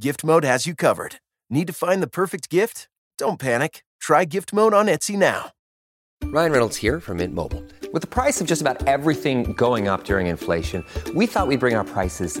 S4: Gift Mode has you covered. Need to find the perfect gift? Don't panic. Try Gift Mode on Etsy now.
S5: Ryan Reynolds here from Mint Mobile. With the price of just about everything going up during inflation, we thought we'd bring our prices